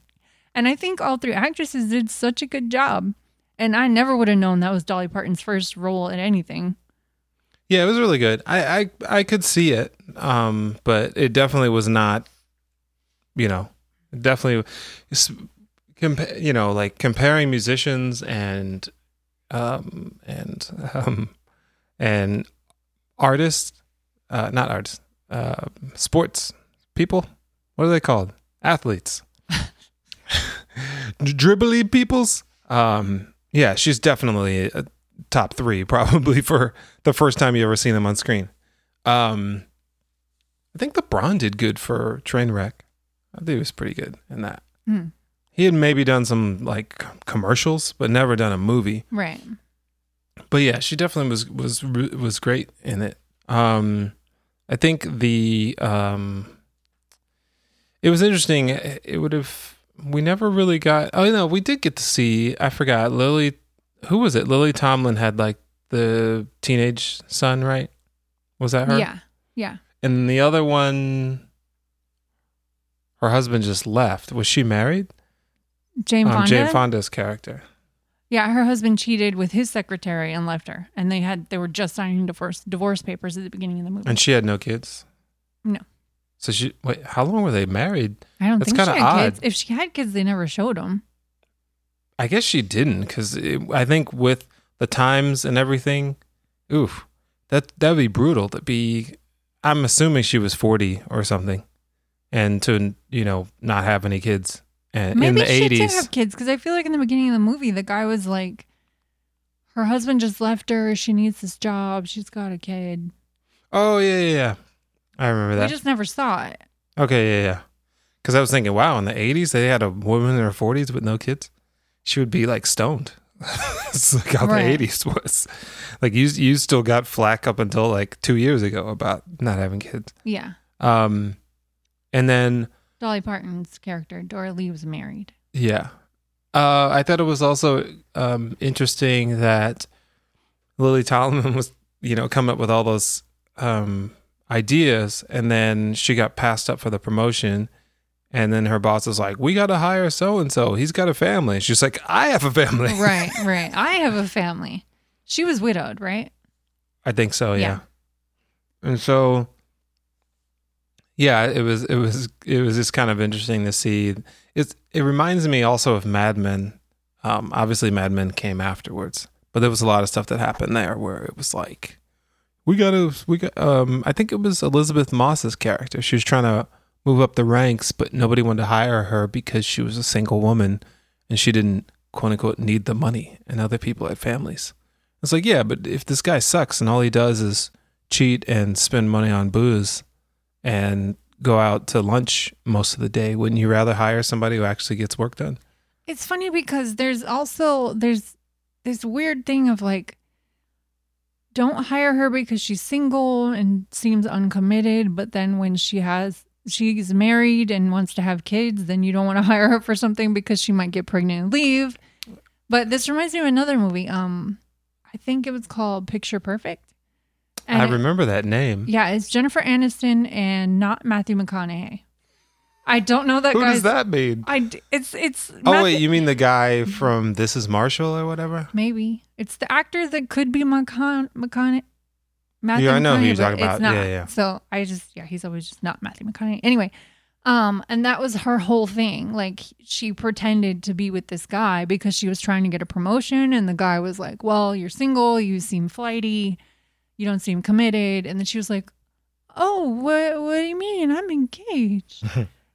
B: And I think all three actresses did such a good job. And I never would have known that was Dolly Parton's first role in anything.
A: Yeah, it was really good. I I, I could see it, um, but it definitely was not. You know, definitely. it's- compa- you know, like comparing musicians and um and um and artists, uh, not artists, uh, sports people. What are they called? Athletes, dribbly peoples. Um, yeah, she's definitely a top three, probably for the first time you ever seen them on screen. Um, I think LeBron did good for Trainwreck. I think he was pretty good in that.
B: Hmm.
A: He had maybe done some like c- commercials, but never done a movie.
B: Right.
A: But yeah, she definitely was was was great in it. Um, I think the um, it was interesting. It would have we never really got. Oh no, we did get to see. I forgot Lily. Who was it? Lily Tomlin had like the teenage son, right? Was that her?
B: Yeah. Yeah.
A: And the other one, her husband just left. Was she married?
B: Jane
A: Um,
B: Fonda.
A: Jane Fonda's character.
B: yeah, her husband cheated with his secretary and left her, and they had they were just signing divorce divorce papers at the beginning of the movie.
A: And she had no kids.
B: No.
A: So she wait. How long were they married?
B: I don't
A: That's
B: think she had
A: kinda
B: kids.
A: odd.
B: If she had kids, they never showed them.
A: I guess she didn't, because I think with the times and everything, oof, that that'd be brutal. To be, I'm assuming she was 40 or something, and to you know not have any kids, and
B: Maybe
A: in the
B: she
A: 80s,
B: did have kids because I feel like in the beginning of the movie, the guy was like, "Her husband just left her. She needs this job. She's got a kid."
A: oh yeah, yeah, yeah, I remember
B: We
A: that.
B: just never saw it.
A: Okay, yeah, yeah. Because I was thinking, wow, in the '80s they had a woman in her 40s with no kids. She would be like stoned. it's like how
B: Right.
A: the '80s was. Like you, you still got flack up until like two years ago about not having kids.
B: Yeah,
A: Um, and then
B: Dolly Parton's character Dora Lee was married.
A: yeah, uh, I thought it was also um, interesting that Lily Tomlin was, you know, coming up with all those um, ideas, and then she got passed up for the promotion, and then her boss is like, "We got to hire so and so. He's got a family." She's like, "I have a family."
B: right, right. I have a family. She was widowed, right?
A: I think so. Yeah.
B: Yeah.
A: And so, yeah, it was it was it was just kind of interesting to see. It's it reminds me also of Mad Men. Um, obviously, Mad Men came afterwards, but there was a lot of stuff that happened there where it was like, we got to we got. Um, I think it was Elizabeth Moss's character. She was trying to move up the ranks, but nobody wanted to hire her because she was a single woman and she didn't quote unquote need the money, and other people had families. It's like, yeah, but if this guy sucks and all he does is cheat and spend money on booze and go out to lunch most of the day, wouldn't you rather hire somebody who actually gets work done?
B: It's funny because there's also there's this weird thing of like don't hire her because she's single and seems uncommitted, but then when she has she's married and wants to have kids, then you don't want to hire her for something because she might get pregnant and leave. But this reminds me of another movie. Um I think it was called Picture Perfect.
A: I
B: And it-
A: remember that name.
B: yeah, it's Jennifer Aniston and not Matthew McConaughey. I don't know that
A: who
B: guy's
A: does that mean?
B: I d- it's it's
A: Oh
B: Matthew-
A: wait, you mean the guy from This Is Marshall or whatever?
B: Maybe it's the actor that could be McCon McCon. Matthew
A: Yeah, I know who
B: McConaughey,
A: you're
B: but
A: talking
B: it's
A: about.
B: Not.
A: Yeah, yeah.
B: So I just yeah, he's always just not Matthew McConaughey. Anyway, um, and that was her whole thing. Like she pretended to be with this guy because she was trying to get a promotion, and the guy was like, "Well, you're single. You seem flighty. You don't seem committed." And then she was like, "Oh, what? What do you mean? I'm engaged."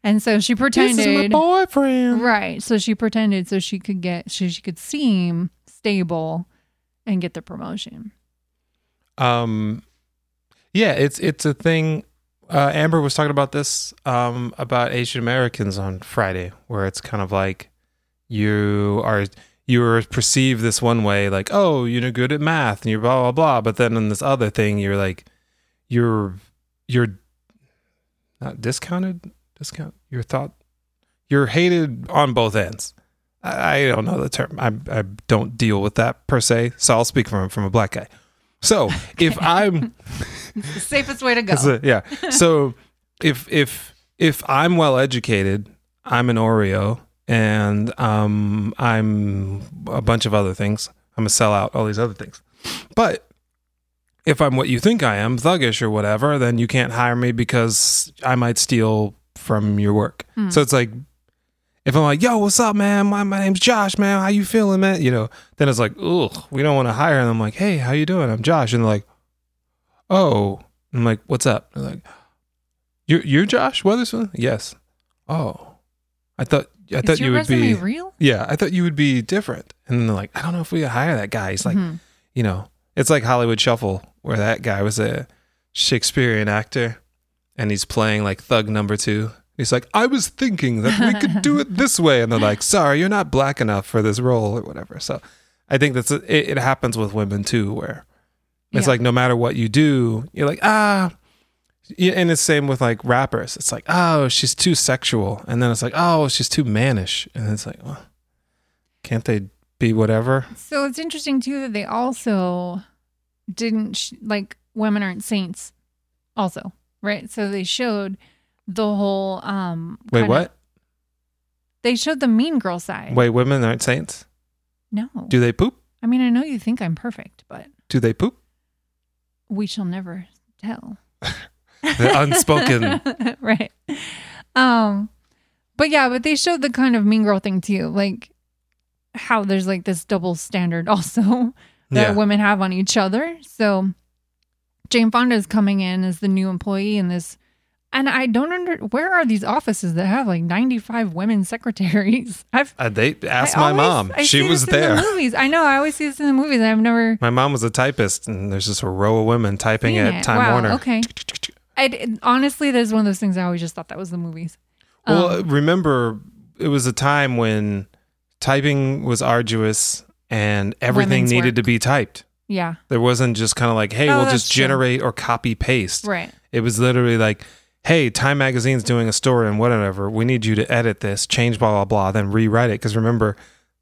B: and so she pretended.
A: This is my boyfriend.
B: Right. So she pretended so she could get so she could seem stable and get the promotion.
A: um yeah it's it's a thing uh amber was talking about this um about asian americans on friday where it's kind of like you are you are perceived this one way like oh you're good at math and you're blah blah blah but then in this other thing you're like you're you're not discounted discount your thought you're hated on both ends i, I don't know the term I, I don't deal with that per se so i'll speak from from a black guy so if i'm
B: It's the safest way to go.
A: it's a- yeah. So if if if I'm well educated, I'm an Oreo, and um, I'm a bunch of other things. I'm a sellout. All these other things. But if I'm what you think I am, thuggish or whatever, then you can't hire me because I might steal from your work. So it's like If I'm like, yo, what's up, man? My, my name's Josh, man. How you feeling, man? You know, then it's like, ugh, we don't want to hire. And I'm like, hey, how you doing? I'm Josh. And they're like, oh. I'm like, what's up? They're like, you're, you're Josh Weatherspoon? Yes. Oh. I thought I thought
B: Is your
A: you would
B: resume
A: be
B: real?
A: yeah, I thought you would be different. And then they're like, I don't know if we could hire that guy. He's like,
B: Mhm.
A: you know, it's like Hollywood Shuffle, where that guy was a Shakespearean actor and he's playing like thug number two. He's like, I was thinking that we could do it this way. And they're like, sorry, you're not black enough for this role or whatever. So I think that's it, it happens with women too, where it's
B: Yeah.
A: like no matter what you do, you're like, ah. Yeah, and it's same with like rappers. It's like, oh, she's too sexual, and then it's like, oh, she's too mannish, and it's like, well, can't they be whatever?
B: So it's interesting too that they also didn't sh- like women aren't saints, also right. So they showed the whole um.
A: Wait,
B: kind of-
A: what?
B: they showed the mean girl side.
A: Wait, women aren't saints?
B: no,
A: Do they poop?
B: I mean I know you think I'm perfect, but
A: Do they poop?
B: we shall never tell.
A: The unspoken.
B: right. Um, but yeah, but they showed the kind of mean girl thing too, like how there's like this double standard also. that
A: yeah.
B: women have on each other. So Jane Fonda is coming in as the new employee in this. And I don't under where are these offices that have like 95 women secretaries? I've
A: Uh, they asked
B: I
A: my
B: always-
A: mom.
B: I
A: she
B: see
A: was
B: this in the
A: there.
B: movies. I know. I always see this in the movies. I've never.
A: My mom was a typist, and there's just a row of women typing
B: Seen
A: at
B: it.
A: Time
B: Wow,
A: Warner.
B: okay. I honestly, there's one of those things I always just thought that was the movies. Um.
A: Well, uh, remember, it was a time when typing was arduous and everything
B: Women's
A: needed to
B: work.
A: be typed.
B: Yeah,
A: There wasn't just kind of like, hey,
B: Oh,
A: we'll
B: that's
A: just
B: true.
A: generate or copy paste.
B: right.
A: It was literally like, hey, Time Magazine's doing a story and whatever. We need you to edit this, change blah, blah, blah, then rewrite it. Because remember,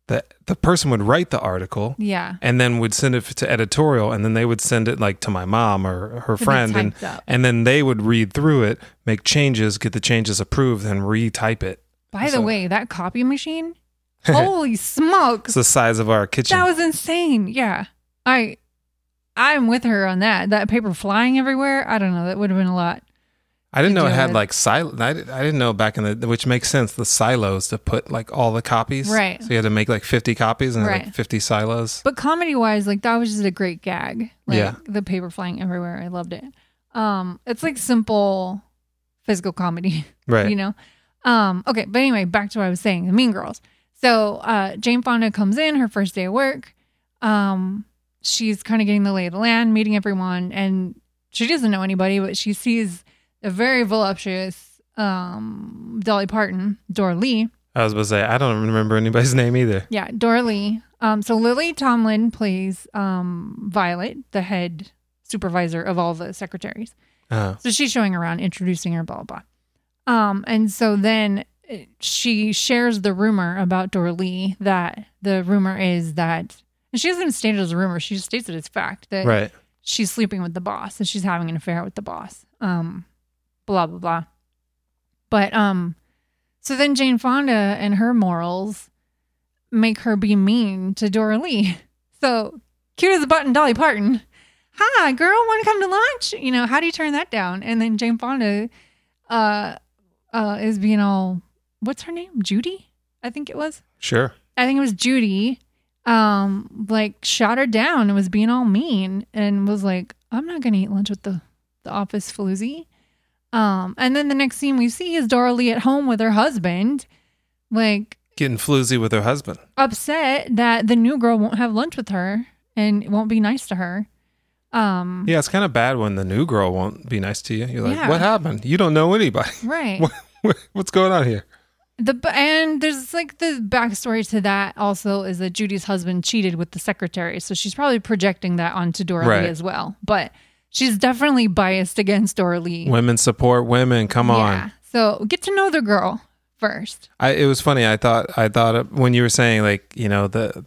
A: the, the person would write the article
B: Yeah.
A: and then would send it to editorial and then they would send it like to my mom or her friend and,
B: typed up.
A: and then they would read through it make changes get the changes approved then retype it
B: By the
A: so-
B: way, that copy machine. Holy smokes!
A: it's the size of our kitchen
B: That was insane. Yeah. I I'm with her on that. That paper flying everywhere. I don't know. That would have been a lot.
A: i didn't
B: to
A: know it
B: deal
A: had
B: with.
A: like silo I, di- I didn't know back in the which makes sense the silos to put like all the copies
B: Right.
A: so you had to make like 50 copies and like
B: Right.
A: 50 silos
B: But comedy wise, like that was just a great gag. Like
A: Yeah.
B: the paper flying everywhere. I loved it. Um, it's like simple physical comedy,
A: right
B: you know? Um, okay, but anyway, back to what I was saying, the mean girls. So uh Jane Fonda comes in, her first day of work. Um, she's kind of getting the lay of the land, meeting everyone, and she doesn't know anybody, but she sees a very voluptuous um, Dolly Parton, Dora Lee.
A: i was about to say i don't remember anybody's name either
B: Yeah, Dora Lee. Um, so Lily Tomlin plays um, Violet, the head supervisor of all the secretaries.
A: uh,
B: So she's showing around, introducing her, blah, blah, blah. Um, and so then uh, she shares the rumor about Dora Lee that the rumor is that, and she doesn't even state it as a rumor, she just states it as fact that
A: right
B: she's sleeping with the boss and she's having an affair with the boss. Um, blah blah blah. But um, so then Jane Fonda and her morals make her be mean to Dora Lee. So cute as a button, Dolly Parton. Hi, girl, want to come to lunch? You know, how do you turn that down? And then Jane Fonda, uh, uh, is being all, what's her name? Judy, I think it was.
A: sure
B: I think it was Judy, um, like shot her down and was being all mean and was like, I'm not gonna eat lunch with the, the office floozy. Um, and then the next scene we see is Dora Lee at home with her husband, like
A: getting floozy with her husband
B: upset that the new girl won't have lunch with her and won't be nice to her. Um,
A: yeah it's kind of bad when the new girl won't be nice to you you're like
B: Yeah.
A: what happened you don't know anybody
B: right.
A: what's going on here
B: The and there's like the backstory to that also is that Judy's husband cheated with the secretary, so she's probably projecting that onto Dora
A: Right.
B: Lee as well. But she's definitely biased against Dora Lee.
A: Women support women. Come on.
B: So get to know the girl first.
A: I, it was funny. I thought I thought it- when you were saying like you know the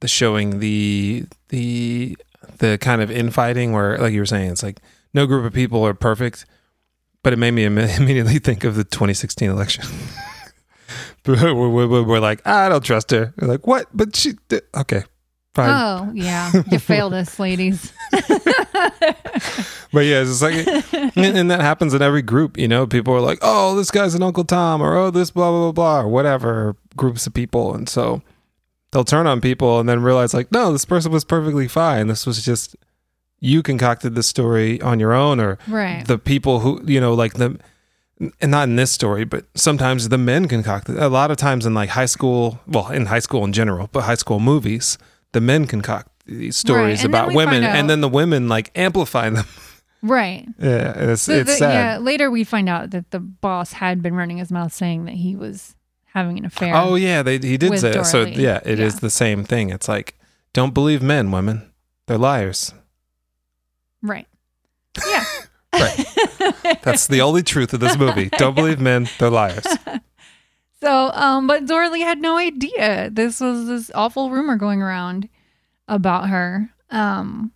A: the showing the the the kind of infighting where like you were saying it's like no group of people are perfect, but it made me im- immediately think of the 2016 election. we're, we're, we're like "Ah, I don't trust her. We're like what? But she did. okay. Fine.
B: Oh yeah, you failed us, ladies.
A: But yeah, it's just like, and, and that happens in every group. You know, people are like, "Oh, this guy's an Uncle Tom," or "Oh, this blah blah blah blah," or whatever groups of people, and so they'll turn on people and then realize like, "No, this person was perfectly fine. This was just you concocted this story on your own, or
B: Right.
A: the people who you know, like the." And not in this story, but sometimes the men concocted. A lot of times in like high school, well, in high school in general, but high school movies, the men concoct these stories
B: and then
A: about
B: we find
A: women,
B: out-
A: and then the women like amplify them.
B: right.
A: Yeah, and it's
B: So
A: it's
B: the- yeah,
A: sad.
B: later we find out that the boss had been running his mouth saying that he was having an affair.
A: Oh yeah, they he did
B: With
A: say that. so.
B: Dorothy.
A: Yeah, it is
B: Yeah.
A: the same thing. It's like don't believe men, women. They're liars.
B: Right. Yeah.
A: Right. That's the only truth of this movie. Don't believe men. They're liars.
B: So, um, but Dorley had no idea this was this awful rumor going around about her. Um,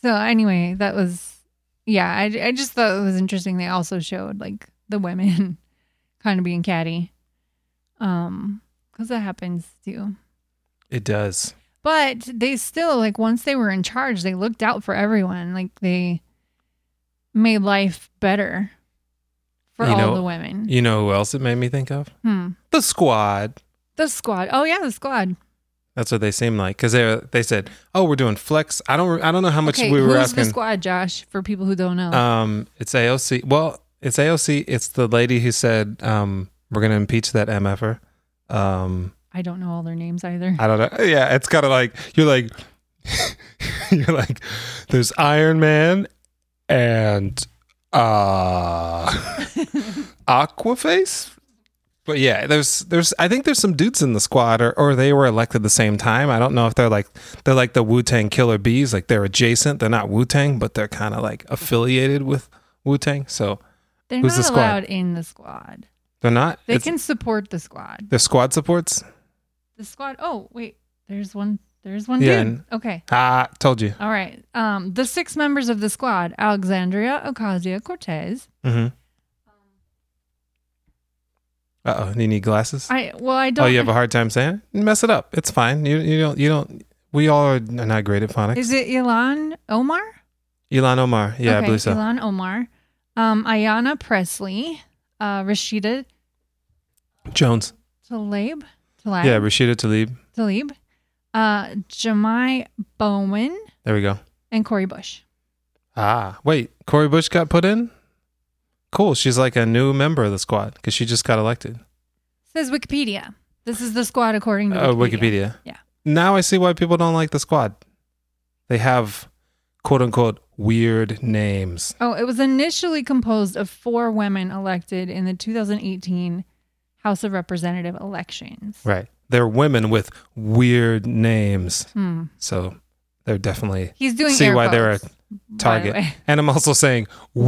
B: so anyway, that was, yeah, I, I just thought it was interesting. They also showed like the women kind of being catty, um, because that happens too.
A: It does.
B: But they still like once they were in charge, they looked out for everyone. Like they made life better for
A: You
B: all
A: know-
B: the women.
A: You know who else it made me think of?
B: Hmm.
A: The squad.
B: The squad. Oh yeah, the squad.
A: That's what they seem like because they they said, "Oh, we're doing flex." I don't I don't know how much
B: okay,
A: we were
B: who's the
A: asking.
B: squad, Josh? For people who don't know,
A: Um, it's AOC. Well, it's AOC. It's the lady who said, um, "We're gonna impeach that mf'er." Um,
B: I don't know all their names either.
A: I don't know. Yeah, it's kind of like you're like you're like there's Iron Man and uh Aquaface. But yeah, there's there's I think there's some dudes in the squad or or they were elected the same time. I don't know if they're like they're like the Wu-Tang Killer Bees, like they're adjacent. They're not Wu-Tang, but they're kind of like affiliated with Wu-Tang. So,
B: They're
A: who's
B: not
A: the squad?
B: allowed in the squad.
A: they're not
B: They
A: it's-
B: can support the squad.
A: they're squad supports.
B: The squad. Oh wait, there's one. There's one
A: Yeah,
B: dude. Okay.
A: Ah, told you.
B: All right. Um, the six members of the squad: Alexandria Ocasio Cortez.
A: Mhm. Uh-oh, you need glasses?
B: I well, I
A: Oh,
B: don't.
A: you have a hard time saying it? Mess it up. It's fine. You you don't you don't. We all are not great at phonics.
B: is it Ilan Omar?
A: Elon Omar. Yeah,
B: okay,
A: I believe so.
B: Ilan Omar, um, Ayana Presley, uh, Rashida
A: Jones.
B: Tlaib. Tlaib.
A: Yeah, Rashida Tlaib.
B: Talib, uh, Jemai Bowen,
A: There we go.
B: and Corey Bush.
A: Ah, wait. Corey Bush got put in. Cool. She's like a new member of the squad because she just got elected.
B: Says Wikipedia. This is the squad according to Wikipedia.
A: Oh, Wikipedia.
B: Yeah.
A: Now I see why people don't like the squad. They have quote unquote weird names.
B: Oh, it was initially composed of four women elected in the 2018 House of Representative elections.
A: Right. They're women with weird names.
B: Hmm.
A: So they're definitely
B: He's doing
A: See
B: air
A: why they're
B: quotes, by the
A: target.
B: way.
A: And I'm also saying
B: Weird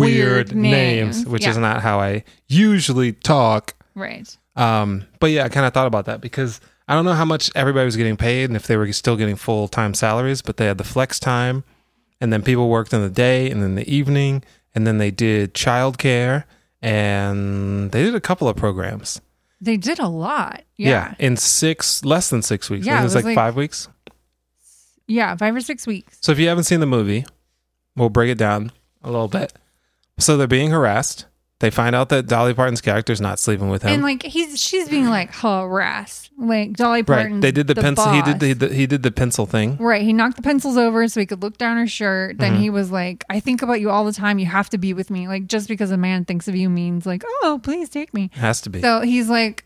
A: weird,
B: names,
A: names, which
B: yeah.
A: is not how I usually talk.
B: Right.
A: Um, but yeah, I kind of thought about that because I don't know how much everybody was getting paid and if they were still getting full time salaries, but they had the flex time. And then people worked in the day and then the evening. And then they did childcare and they did a couple of programs.
B: They did a lot. Yeah.
A: in six, less than six weeks. I
B: Yeah,
A: think
B: it
A: it was,
B: was
A: like
B: like-
A: five weeks.
B: Yeah. Five or six weeks.
A: So if you haven't seen the movie, we'll break it down a little bit. So they're being harassed. They find out that Dolly Parton's character's not sleeping with
B: And
A: him.
B: like he's she's being like harassed. Like Dolly Parton.
A: right. They did the, pencil he did the,
B: boss.
A: the he did the pencil thing.
B: Right. He knocked the pencils over so he could look down her shirt.
A: Mm-hmm.
B: Then he was like, I think about you all the time. You have to be with me. Like, just because a man thinks of you means, like, oh, please take me.
A: Has to be.
B: So he's like,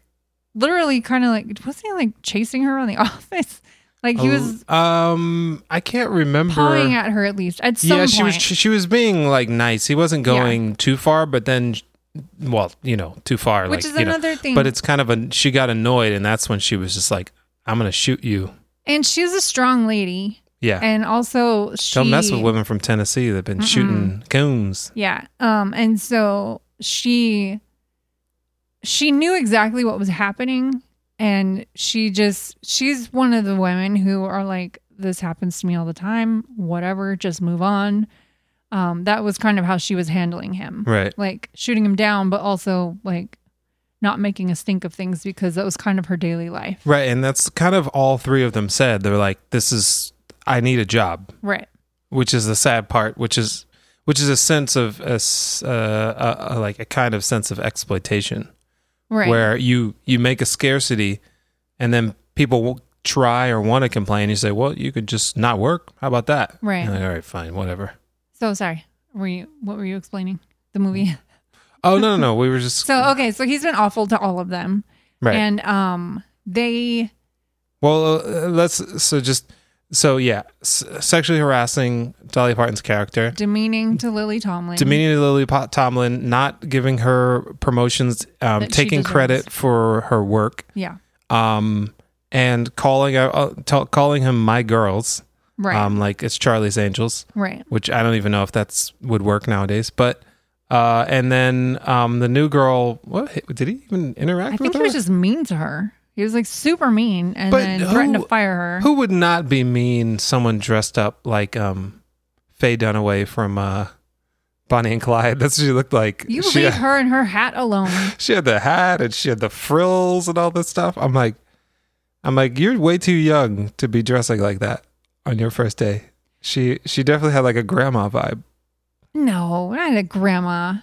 B: literally kind of like, wasn't he like chasing her around the office? Like, he was
A: um I can't remember.
B: pawing at her at least at some
A: yeah,
B: point.
A: she was she, she was being like nice. He wasn't
B: Yeah.
A: going too far, but then well, you know, too far like,
B: which is
A: you know.
B: another thing.
A: But it's kind of a she got annoyed and that's when she was just like I'm going to shoot you.
B: and she's a strong lady.
A: Yeah.
B: And also, she.
A: Don't mess with women from Tennessee that've been shooting coons.
B: Yeah. Um and so she she knew exactly what was happening and she just she's one of the women who are like this happens to me all the time, whatever, just move on. Um that was kind of how she was handling him.
A: Right.
B: Like shooting him down but also like not making a stink of things because that was kind of her daily life.
A: Right, and that's kind of all three of them said. They're like, "This is I need a job,"
B: Right.
A: which is the sad part, which is which is a sense of a, s- uh, a, a- like a kind of sense of exploitation
B: Right.
A: where you you make a scarcity and then people will try or want to complain you say well you could just not work how about that
B: Right.
A: And they're like, all right fine whatever
B: So sorry. Were you what were you explaining? The movie.
A: oh no no no we were just
B: So okay, so he's been awful to all of them.
A: right
B: And um they
A: Well, uh, let's so just so yeah, s- sexually harassing Dolly Parton's character,
B: demeaning to Lily Tomlin.
A: demeaning to Lily Po- Tomlin, not giving her promotions, um,
B: That she
A: taking
B: deserves.
A: credit for her work,
B: Yeah.
A: um, and calling out uh, t- calling him my girls,
B: Right.
A: um, like it's Charlie's Angels,
B: right.
A: which I don't even know if that's would work nowadays, but. Uh, and then um, the new girl. What did he even interact
B: I
A: with
B: think he
A: her?
B: was just mean to her. He was like super mean and
A: But
B: then threatened
A: who-
B: to fire her.
A: Who would not be mean? Someone dressed up like um, Faye Dunaway from uh, Bonnie and Clyde. That's what she looked like.
B: you
A: she,
B: leave her and her hat alone.
A: she had the hat and she had the frills and all this stuff. I'm like, I'm like, you're way too young to be dressing like that on your first day. She she definitely had like a grandma vibe.
B: no, not a grandma.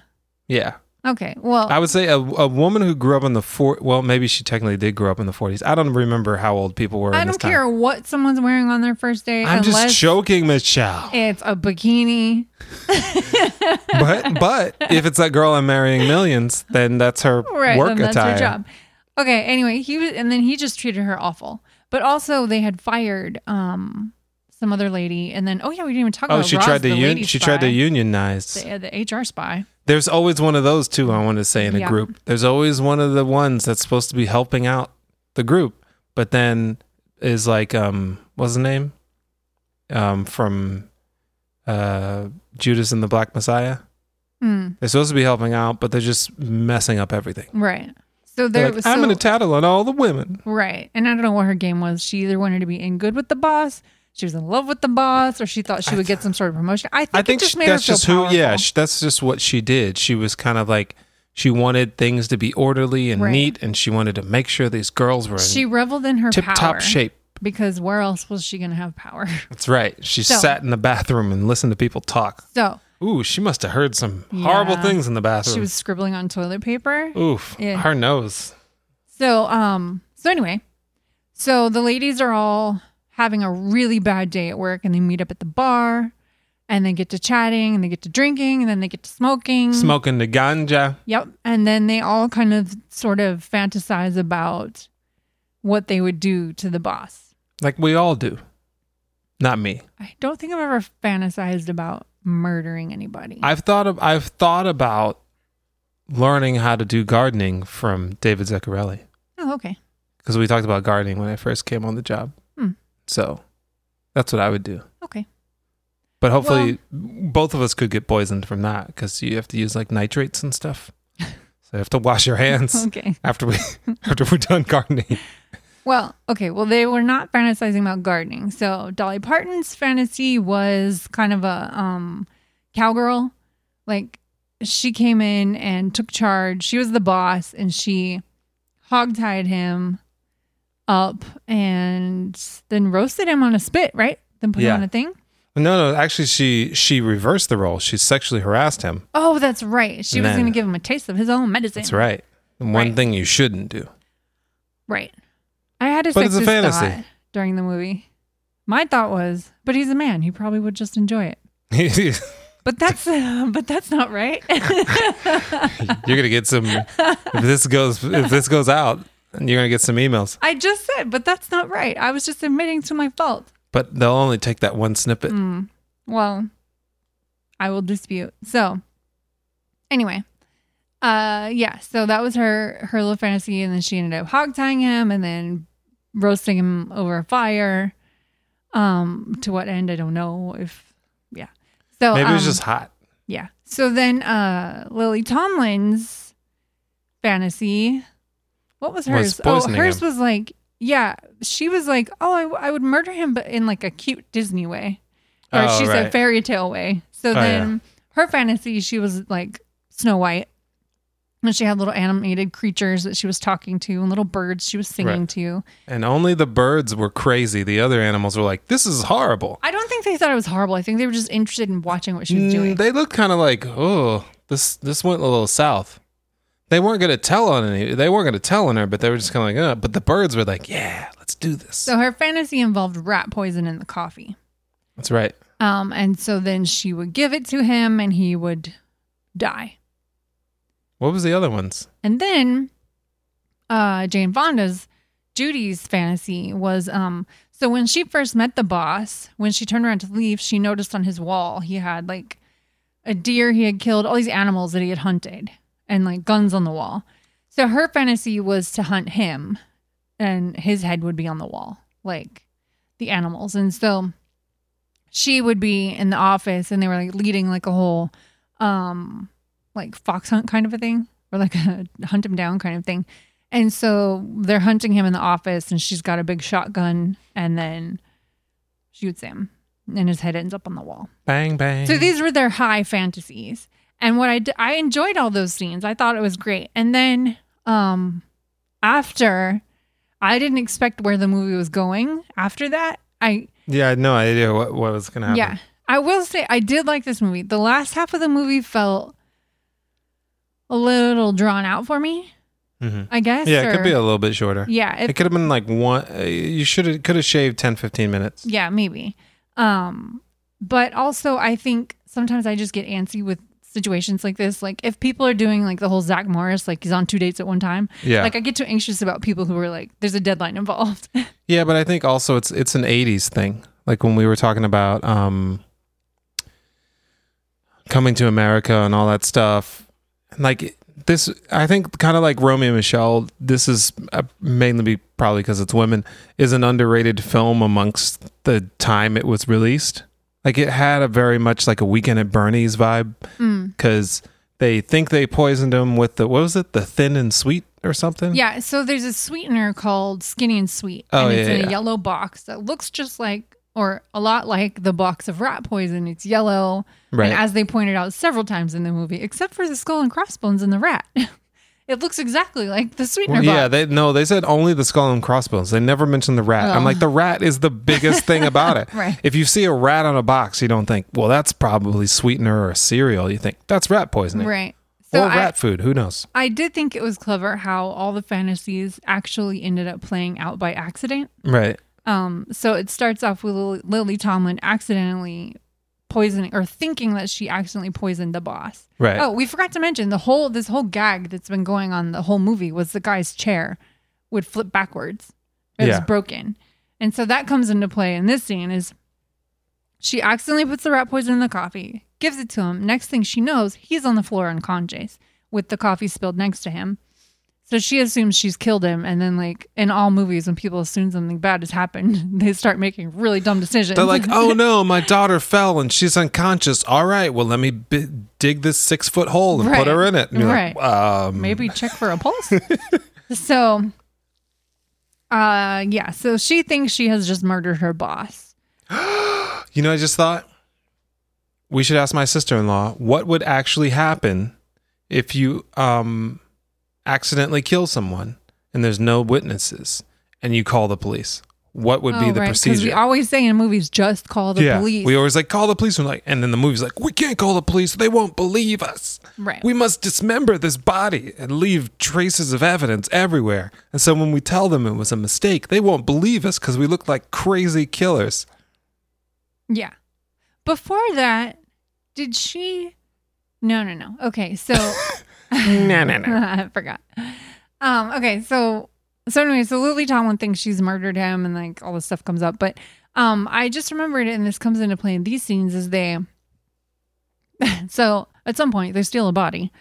A: Yeah,
B: Okay. Well,
A: I would say a, a woman who grew up in the four. Well, maybe she technically did grow up in the 40s. I don't remember how old people were.
B: I
A: in this
B: don't
A: time.
B: care what someone's wearing on their first day
A: I'm
B: unless
A: just joking, Michelle.
B: it's a bikini.
A: but but if it's that girl I'm marrying millions, then that's her
B: Right.
A: work
B: then that's
A: attire.
B: her job. Okay. Anyway, he was, and then he just treated her awful. But also, they had fired um some other lady, and then oh yeah, we didn't even talk
A: Oh,
B: about.
A: she
B: Roz,
A: tried to
B: the
A: un-
B: lady
A: she
B: spy,
A: tried to unionize.
B: the, the HR spy.
A: There's always one of those too. I want to say in a
B: Yeah.
A: group. There's always one of the ones that's supposed to be helping out the group, but then is like um what's the name um from uh Judas and the Black Messiah.
B: Hmm.
A: They're supposed to be helping out, but they're just messing up everything.
B: Right.
A: They're
B: So there
A: like,
B: was
A: I'm gonna tattle on all the women.
B: right, and I don't know what her game was. She either wanted to be in good with the boss. She was in love with the boss, or she thought she would get some sort of promotion. I think,
A: I think
B: it just
A: she-
B: made
A: that's
B: her feel
A: just who. Yeah,
B: powerful.
A: sh that's just what she did. She was kind of like she wanted things to be orderly and
B: Right.
A: neat, and she wanted to make sure these girls were in
B: She reveled in her
A: tip-top
B: power
A: shape.
B: because where else was she going to have power?
A: That's right. She
B: So-
A: sat in the bathroom and listened to people talk.
B: So
A: Ooh, she must have heard some horrible
B: Yeah.
A: things in the
B: she
A: bathroom.
B: was scribbling on toilet paper.
A: Oof,
B: Yeah.
A: her nose.
B: So um so anyway, so the ladies are all having a really bad day at work and they meet up at the bar and they get to chatting and they get to drinking and then they get to smoking.
A: Smoking the ganja.
B: Yep. And then they all kind of sort of fantasize about what they would do to the boss.
A: Like we all do. Not me.
B: I don't think I've ever fantasized about murdering anybody.
A: I've thought of I've thought about learning how to do gardening from David Zaccarelli.
B: oh, okay.
A: because we talked about gardening when I first came on the job.
B: Hmm.
A: So that's what I would do.
B: Okay.
A: But hopefully, both of us could get poisoned from that because you have to use like nitrates and stuff. so you have to wash your hands
B: Okay.
A: after we after we're done gardening.
B: Well, okay. Well, they were not fantasizing about gardening. So Dolly Parton's fantasy was kind of a um, cowgirl. Like she came in and took charge. She was the boss, and she hogtied him up and then roasted him on a spit. Right? Then put
A: Yeah.
B: him on a thing.
A: No, no, actually, she she reversed the role. She sexually harassed him.
B: Oh, that's right. She was
A: No.
B: going to give him a taste of his own medicine.
A: That's right. And one
B: Right.
A: thing you shouldn't do.
B: Right. I had a
A: But it's
B: sexist
A: a fantasy.
B: thought during the movie. My thought was, but he's a man. He probably would just enjoy it.
A: You're
B: But that's but that's not right.
A: gonna get some. If this goes, if this goes out, you're gonna get some emails.
B: I just said, but that's not right. I was just admitting to my fault.
A: But they'll only take that one snippet.
B: Mm. Well, I will dispute. So, anyway, uh, yeah. So that was her her little fantasy, and then she ended up hog tying him, and then roasting him over a fire. Um, to what end? I don't know. If yeah. So
A: Maybe it
B: um,
A: was just hot.
B: Yeah. So then uh Lily Tomlin's fantasy, what was
A: Was
B: hers? oh,
A: poisoning
B: hers
A: him.
B: was like, yeah, she was like, oh, I, w- I would murder him, but in like a cute Disney way. Or
A: Oh,
B: she
A: right.
B: said fairy tale way. So
A: Oh,
B: then her fantasy, she was like Snow White And she had little animated creatures that she was talking to and little birds she was singing
A: Right.
B: to.
A: And only the birds were crazy. The other animals were like, "This is horrible."
B: I don't think they thought it was horrible. I think they were just interested in watching what she was doing.
A: Mm, They looked kind of like, "Oh, this this went a little south." They weren't gonna tell on any. They weren't gonna tell on her, but they were just kind of like, uh But the birds were like, "Yeah, let's do this."
B: So her fantasy involved rat poison in the coffee.
A: That's right.
B: Um, and so then she would give it to him and he would die.
A: What was the other ones?
B: And then uh, Jane Fonda's, Judy's fantasy was um, so when she first met the boss, when she turned around to leave, she noticed on his wall he had like a deer he had killed, all these animals that he had hunted, and like guns on the wall. So her fantasy was to hunt him, and his head would be on the wall, like the animals. And so she would be in the office, and they were like leading like a whole um like fox hunt kind of a thing or like a hunt him down kind of thing and so they're hunting him in the office and she's got a big shotgun and then shoots him and his head ends up on the wall
A: Bang bang.
B: so these were their high fantasies and what i d- i enjoyed all those scenes i thought it was great and then um after i didn't expect where the movie was going after that i
A: yeah, I had no idea what, what was gonna happen.
B: yeah. I will say I did like this movie. The last half of the movie felt a little drawn out for me,
A: hmm
B: I guess.
A: Yeah, it
B: or-
A: could be a little bit shorter.
B: Yeah, it,
A: It could have been like one. Uh, you should have could have shaved 10, 15 minutes.
B: yeah, maybe. Um but also I think sometimes I just get antsy with situations like this. Like if people are doing like the whole Zach Morris, like he's on two dates at one time.
A: Yeah,
B: Like I get too anxious about people who are like, there's a deadline involved.
A: yeah, but I think also it's it's an '80s thing. Like when we were talking about um, coming to America and all that stuff. And like this, I think kind of like Romeo and Michelle. This is uh, mainly be probably because it's women. Is an underrated film amongst the time it was released. Like it had a very much like a Weekend at Bernie's vibe.
B: Mm.
A: because they think they poisoned him with the what was it the thin and sweet or something
B: Yeah, so there's a sweetener called Skinny and Sweet,
A: Mm-hmm. Oh,
B: and it's
A: yeah,
B: in
A: yeah.
B: a yellow box that looks just like, or a lot like, the box of rat poison. It's yellow,
A: right
B: and as they pointed out several times in the movie, except for the skull and crossbones and the rat, it looks exactly like the sweetener
A: Well, yeah
B: box.
A: they no they said only the skull and crossbones they never mentioned the rat i'm
B: Oh.
A: like the rat is the biggest thing about it
B: Right.
A: if you see a rat on a box you don't think well that's probably sweetener or cereal you think that's rat poisoning
B: Right.
A: or
B: So I,
A: rat food who knows
B: I did think it was clever how all the fantasies actually ended up playing out by accident.
A: right
B: Um, so it starts off with Lily, Lily Tomlin accidentally poisoning or thinking that she accidentally poisoned the boss.
A: right
B: Oh, we forgot to mention the whole this whole gag that's been going on the whole movie was the guy's chair would flip backwards. It
A: Yeah.
B: was broken. And so that comes into play in this scene is she accidentally puts the rat poison in the coffee, gives it to him. Next thing she knows, he's on the floor unconscious with the coffee spilled next to him. So she assumes she's killed him and then like in all movies when people assume something bad has happened, they start making really dumb decisions.
A: they're like oh no my daughter fell and she's unconscious all right well let me bi- dig this six foot hole and
B: Right.
A: put her in it and you're like,
B: Right.
A: um,
B: maybe check for a pulse. so, uh, yeah. So she thinks she has just murdered her boss.
A: You know, I just thought we should ask my sister in law what would actually happen if you um, accidentally kill someone and there's no witnesses and you call the police. What would be the
B: Because Oh, we
A: procedure?
B: always say in movies, just call the police.
A: we always like call the police and like, and then the movie's like, we can't call the police; they won't believe us.
B: right.
A: We must dismember this body and leave traces of evidence everywhere. And so when we tell them it was a mistake, they won't believe us because we look like crazy killers.
B: yeah. Before that, did she? No, no, no. Okay, so
A: no, no, no.
B: I forgot. Um, okay, so so anyway, so Lily Tomlin thinks she's murdered him, and like all this stuff comes up. But um, I just remembered, and this comes into play in these scenes, is they. so at some point they steal a body.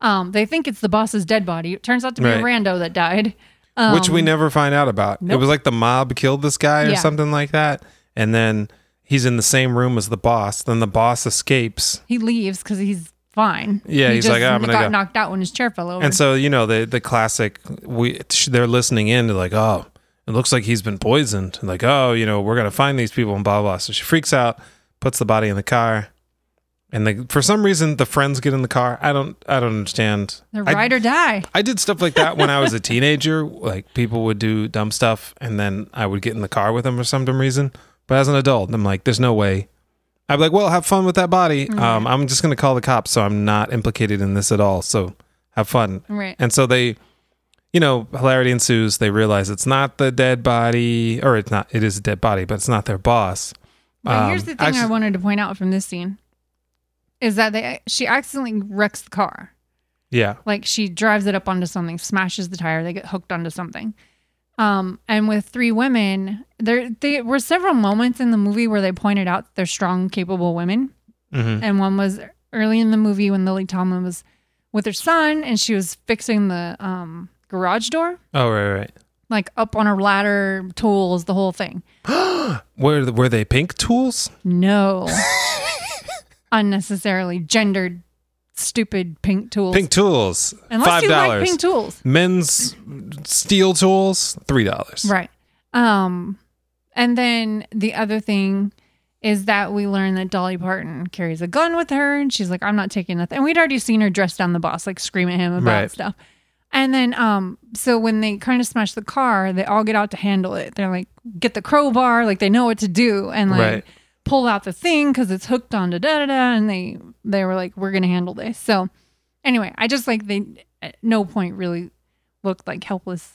B: Um, they think it's the boss's dead body. It turns out to be a
A: Right.
B: rando that died. Um,
A: which we never find out about. It
B: Nope.
A: was like the mob killed this guy or
B: Yeah.
A: something like that, and then he's in the same room as the boss. Then the boss escapes,
B: he leaves because he's fine.
A: Yeah,
B: he
A: he's like, "Oh, I'm gonna
B: got
A: go."
B: knocked out when his chair fell over.
A: and so you know the the classic. We they're listening in. They're like, oh, it looks like he's been poisoned. And like, oh, you know, we're gonna find these people and blah blah. So she freaks out, puts the body in the car, And they, for some reason, the friends get in the car. I don't. I don't understand.
B: The
A: I-
B: ride or die.
A: I did stuff like that when I was a teenager. Like people would do dumb stuff, and then I would get in the car with them for some dumb reason. But as an adult, I'm like, there's no way. I'd be like, well, have fun with that body.
B: Mm-hmm.
A: Um, I'm just gonna call the cops, so I'm not implicated in this at all. So have fun.
B: Right.
A: And so they, you know, hilarity ensues. They realize it's not the dead body, or it's not. It is a dead body, but it's not their boss.
B: But here's
A: Um,
B: the thing I
A: acci-
B: wanted to point out from this scene is that they she accidentally wrecks the car.
A: Yeah.
B: Like she drives it up onto something, smashes the tire, they get hooked onto something. Um, and with three women, there they were several moments in the movie where they pointed out that they're strong, capable women.
A: hmm
B: And one was early in the movie when Lily Tomlin was with her son and she was fixing the um, garage door,
A: Oh right, right.
B: like up on her ladder, tools, the whole thing.
A: Were were they pink tools?
B: No. Unnecessarily gendered, stupid pink tools.
A: Pink tools.
B: Unless
A: Five
B: you
A: dollars.
B: like pink tools.
A: men's steel tools three dollars
B: Right. Um and then the other thing is that we learn that Dolly Parton carries a gun with her and she's like, I'm not taking nothing. And we'd already seen her dress down the boss, like scream at him about
A: Right.
B: stuff. And then um so when they kind of smash the car, they all get out to handle it. They're like, get the crowbar, like they know what to do and like
A: Right.
B: pull out the thing because it's hooked onto da da da and they they were like, We're gonna handle this. So anyway, I just like they at no point really looked like helpless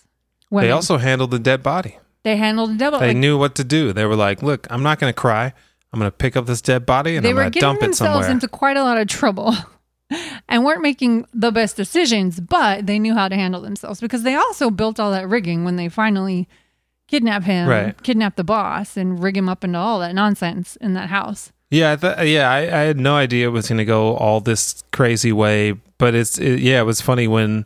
B: women.
A: they also handled the dead body
B: They handled a double.
A: they
B: Like,
A: knew what to do they were like look i'm not gonna cry i'm gonna pick up this dead body and
B: they
A: i'm
B: were
A: gonna
B: getting
A: dump it
B: themselves
A: somewhere
B: into quite a lot of trouble and weren't making the best decisions, but they knew how to handle themselves because they also built all that rigging when they finally kidnap him,
A: Right.
B: kidnap the boss, and rig him up into all that nonsense in that house.
A: yeah I th- yeah I, I had no idea it was gonna go all this crazy way but it's it, yeah it was funny when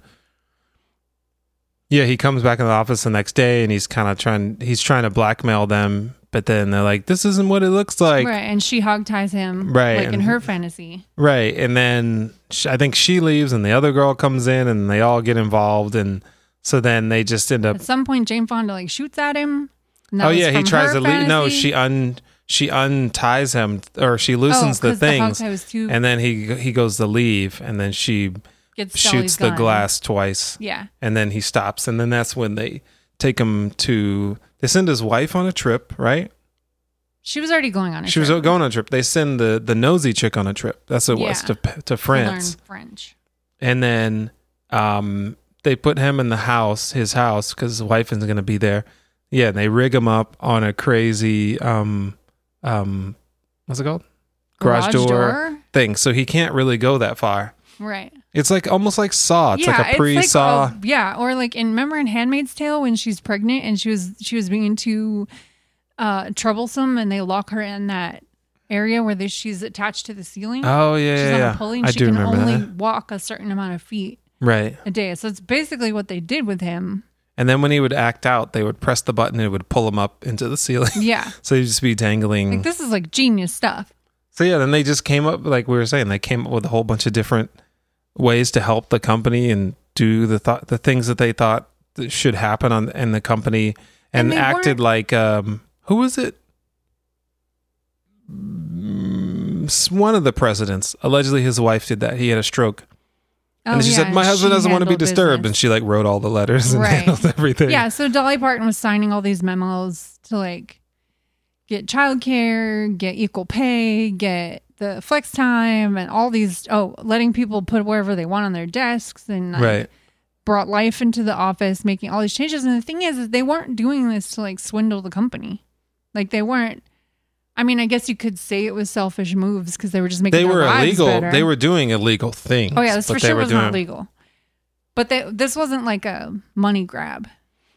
A: yeah he comes back in the office the next day and he's kind of trying he's trying to blackmail them but then they're like this isn't what it looks like
B: right. And she hog ties him,
A: Right,
B: like in
A: and-
B: her fantasy.
A: Right. And then sh I think she leaves and the other girl comes in and they all get involved. And so then they just end up.
B: At some point, Jane Fonda like shoots at him. and that
A: Oh,
B: was
A: yeah. He
B: from
A: tries
B: her
A: to leave. No,
B: fantasy.
A: she un she unties him or she loosens
B: oh,
A: the
B: 'cause the hog
A: things.
B: tie was too.
A: and then he he goes to leave and then she
B: gets
A: shoots
B: Sally's
A: the
B: gun.
A: glass twice.
B: Yeah.
A: And then he stops. And then that's when they take him to. They send his wife on a trip, right?
B: She was already going on a
A: She was
B: trip
A: going on a trip. They send the, the nosy chick on a trip. That's what it was
B: Yeah.
A: to, to
B: to learn
A: France.
B: French.
A: and then um, they put him in the house, his house, because his wife isn't going to be there. Yeah, and they rig him up on a crazy um, um, what's it called? Garage, door, thing, so he can't really go that far.
B: Right.
A: It's like almost like Saw. It's like a
B: like,
A: pre-Saw.
B: oh, yeah, or like in remember in Handmaid's Tale when she's pregnant and she was she was being too uh troublesome and they lock her in that area where they, she's attached to the ceiling.
A: Oh, yeah,
B: she's
A: yeah,
B: on
A: yeah.
B: a pulley and
A: I
B: she
A: do
B: can
A: remember
B: only
A: that.
B: walk a certain amount of feet
A: Right.
B: a day. So it's basically what they did with him.
A: And then when he would act out, they would press the button and it would pull him up into the ceiling.
B: Yeah.
A: so he'd just be dangling.
B: like this is like genius stuff.
A: So yeah, then they just came up like we were saying, they came up with a whole bunch of different ways to help the company and do the thought the things that they thought that should happen on in the company
B: And
A: and,
B: they
A: acted
B: weren't-
A: like um who was it? Mm, s- One of the presidents. Allegedly his wife did that. He had a stroke.
B: Oh,
A: and she
B: yeah,
A: said, My husband
B: she
A: doesn't want to be
B: handled
A: disturbed
B: business.
A: and she like wrote all the letters and
B: Right.
A: handled everything.
B: Yeah, so Dolly Parton was signing all these memos to like get childcare, get equal pay, get the flex time, and all these. Oh, letting people put wherever they want on their desks, and like,
A: Right.
B: brought life into the office, making all these changes. And the thing is, is they weren't doing this to like swindle the company, like they weren't. I mean, I guess you could say it was selfish moves because they were just making
A: They
B: their
A: were
B: lives
A: illegal.
B: better.
A: They were doing illegal things.
B: Oh yeah, this
A: but
B: for
A: they
B: sure
A: were
B: was
A: doing-
B: not legal. But they, this wasn't like a money grab.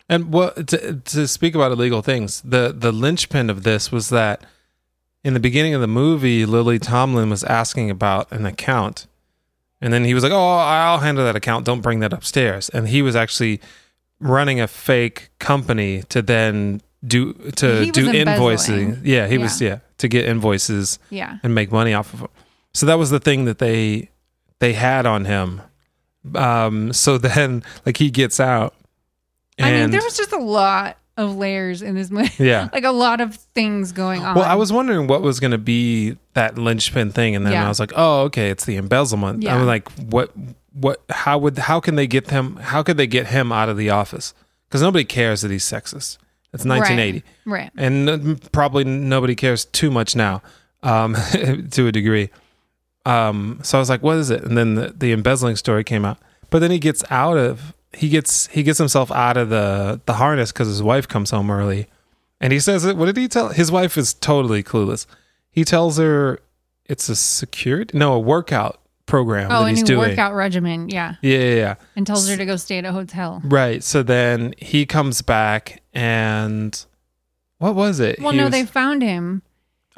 A: And what to, to speak about illegal things, the the linchpin of this was that in the beginning of the movie, Lily Tomlin was asking about an account, and then he was like, "Oh, I'll handle that account. Don't bring that upstairs." And he was actually running a fake company to then do to
B: He was
A: do
B: embezzling.
A: invoicing. Yeah, he was yeah to get invoices
B: Yeah.
A: and make money off of him. So that was the thing that they they had on him. Um, so then like he gets out.
B: I mean,
A: and-
B: there was just a lot of layers in this movie.
A: Yeah.
B: like a lot of things going on.
A: Well, I was wondering what was going to be that linchpin thing, and then
B: Yeah.
A: I was like, "Oh, okay, it's the embezzlement."
B: Yeah.
A: I'm like, "What? What? How would? How can they get him? How could they get him out of the office? Because nobody cares that he's sexist. It's 1980,
B: Right.
A: and n- probably nobody cares too much now, um, to a degree. Um, so I was like, "What is it?" And then the, the embezzling story came out, but then he gets out of he gets he gets himself out of the the harness because his wife comes home early. And he says, "What did he tell?" His wife is totally clueless. He tells her it's a security, no, a workout program
B: Oh,
A: that
B: a
A: he's
B: new
A: doing.
B: workout regimen. Yeah.
A: Yeah, yeah, yeah.
B: And tells her to go stay at a hotel.
A: Right. So then he comes back, and what was it?
B: Well,
A: He
B: no,
A: was-
B: they found him.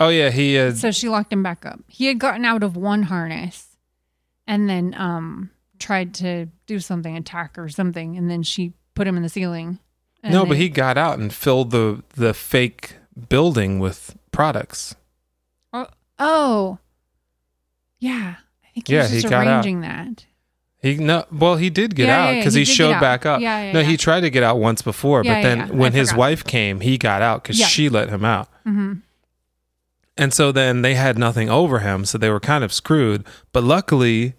A: Oh yeah, he. Uh,
B: So she locked him back up. He had gotten out of one harness and then um tried to do something, attack or something, and then she put him in the ceiling. And
A: no,
B: they-
A: but he got out and filled the the fake building with products.
B: Oh. Yeah. I think he
A: Yeah,
B: was
A: he
B: just
A: got out.
B: arranging that.
A: He no, well, he did get
B: Yeah,
A: out
B: yeah, yeah,
A: because
B: he
A: he,
B: did get
A: showed
B: out.
A: back up.
B: Yeah, yeah,
A: no,
B: yeah.
A: he tried to get out once before,
B: Yeah,
A: but
B: yeah,
A: then
B: yeah. I
A: when his
B: forgot.
A: wife came, he got out because
B: Yeah.
A: she let him out.
B: hmm
A: And so then they had nothing over him, so they were kind of screwed. But luckily,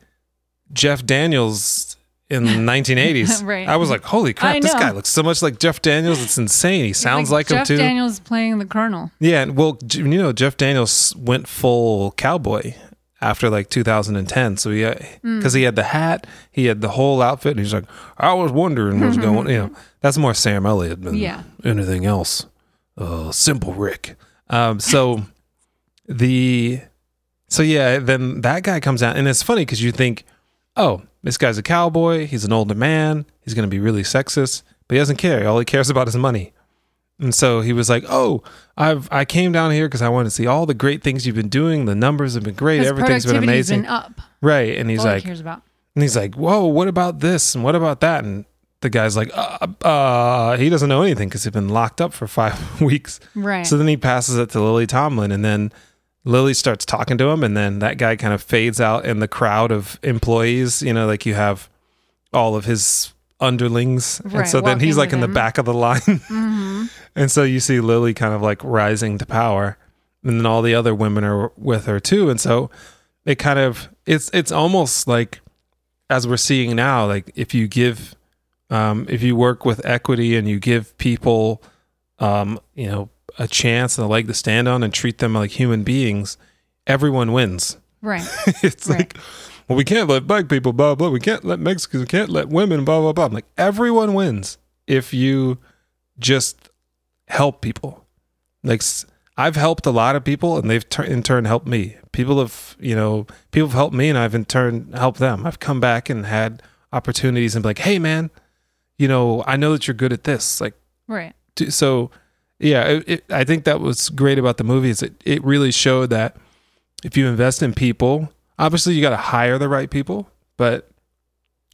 A: Jeff Daniels in the 1980s,
B: Right.
A: I was like, holy
B: I
A: crap, this
B: know.
A: guy looks so much like Jeff Daniels. It's insane. He sounds like,
B: Jeff
A: him too.
B: Daniels playing the colonel.
A: yeah, and well, J- you know, Jeff Daniels went full cowboy after like 2010. So yeah, because he had the hat, he had the whole outfit, and he's like, I was wondering what's going. You know, that's more Sam Elliott than
B: Yeah.
A: anything else. Uh, simple Rick. Um, so the so yeah, then that guy comes out, and it's funny because you think, oh, this guy's a cowboy. He's an older man. He's gonna be really sexist, but he doesn't care. All he cares about is money. And so he was like, "Oh, I've I came down here because I wanted to see all the great things you've been doing. The numbers have been great.
B: His
A: Everything's been
B: productivity's
A: amazing,
B: been up.
A: right?" And he's
B: All
A: like,
B: he cares about.
A: and he's like, "Whoa, what about this? And what about that?" And the guy's like, "Uh, uh he doesn't know anything because he's been locked up for five weeks."
B: Right.
A: So then he passes it to Lily Tomlin, and then Lily starts talking to him, and then that guy kind of fades out in the crowd of employees. You know, like you have all of his underlings,
B: Right,
A: and so then he's
B: walking
A: like in the
B: with him. Mm-hmm.
A: back of the line, and so you see Lily kind of like rising to power, and then all the other women are with her too, and so it kind of it's it's almost like as we're seeing now, like if you give um, if you work with equity and you give people um, you know a chance and a leg to stand on and treat them like human beings, everyone wins.
B: right.
A: it's
B: Right.
A: like well, we can't let black people blah blah. We can't let Mexicans. We can't let women blah blah blah. I'm like everyone wins if you just help people. Like s- I've helped a lot of people, and they've tur- in turn helped me. People have you know people have helped me, and I've in turn helped them. I've come back and had opportunities and be like, hey man, you know I know that you're good at this. Like
B: Right.
A: do- so yeah it, it, i think that was great about the movie is it, it really showed that if you invest in people obviously you got to hire the right people but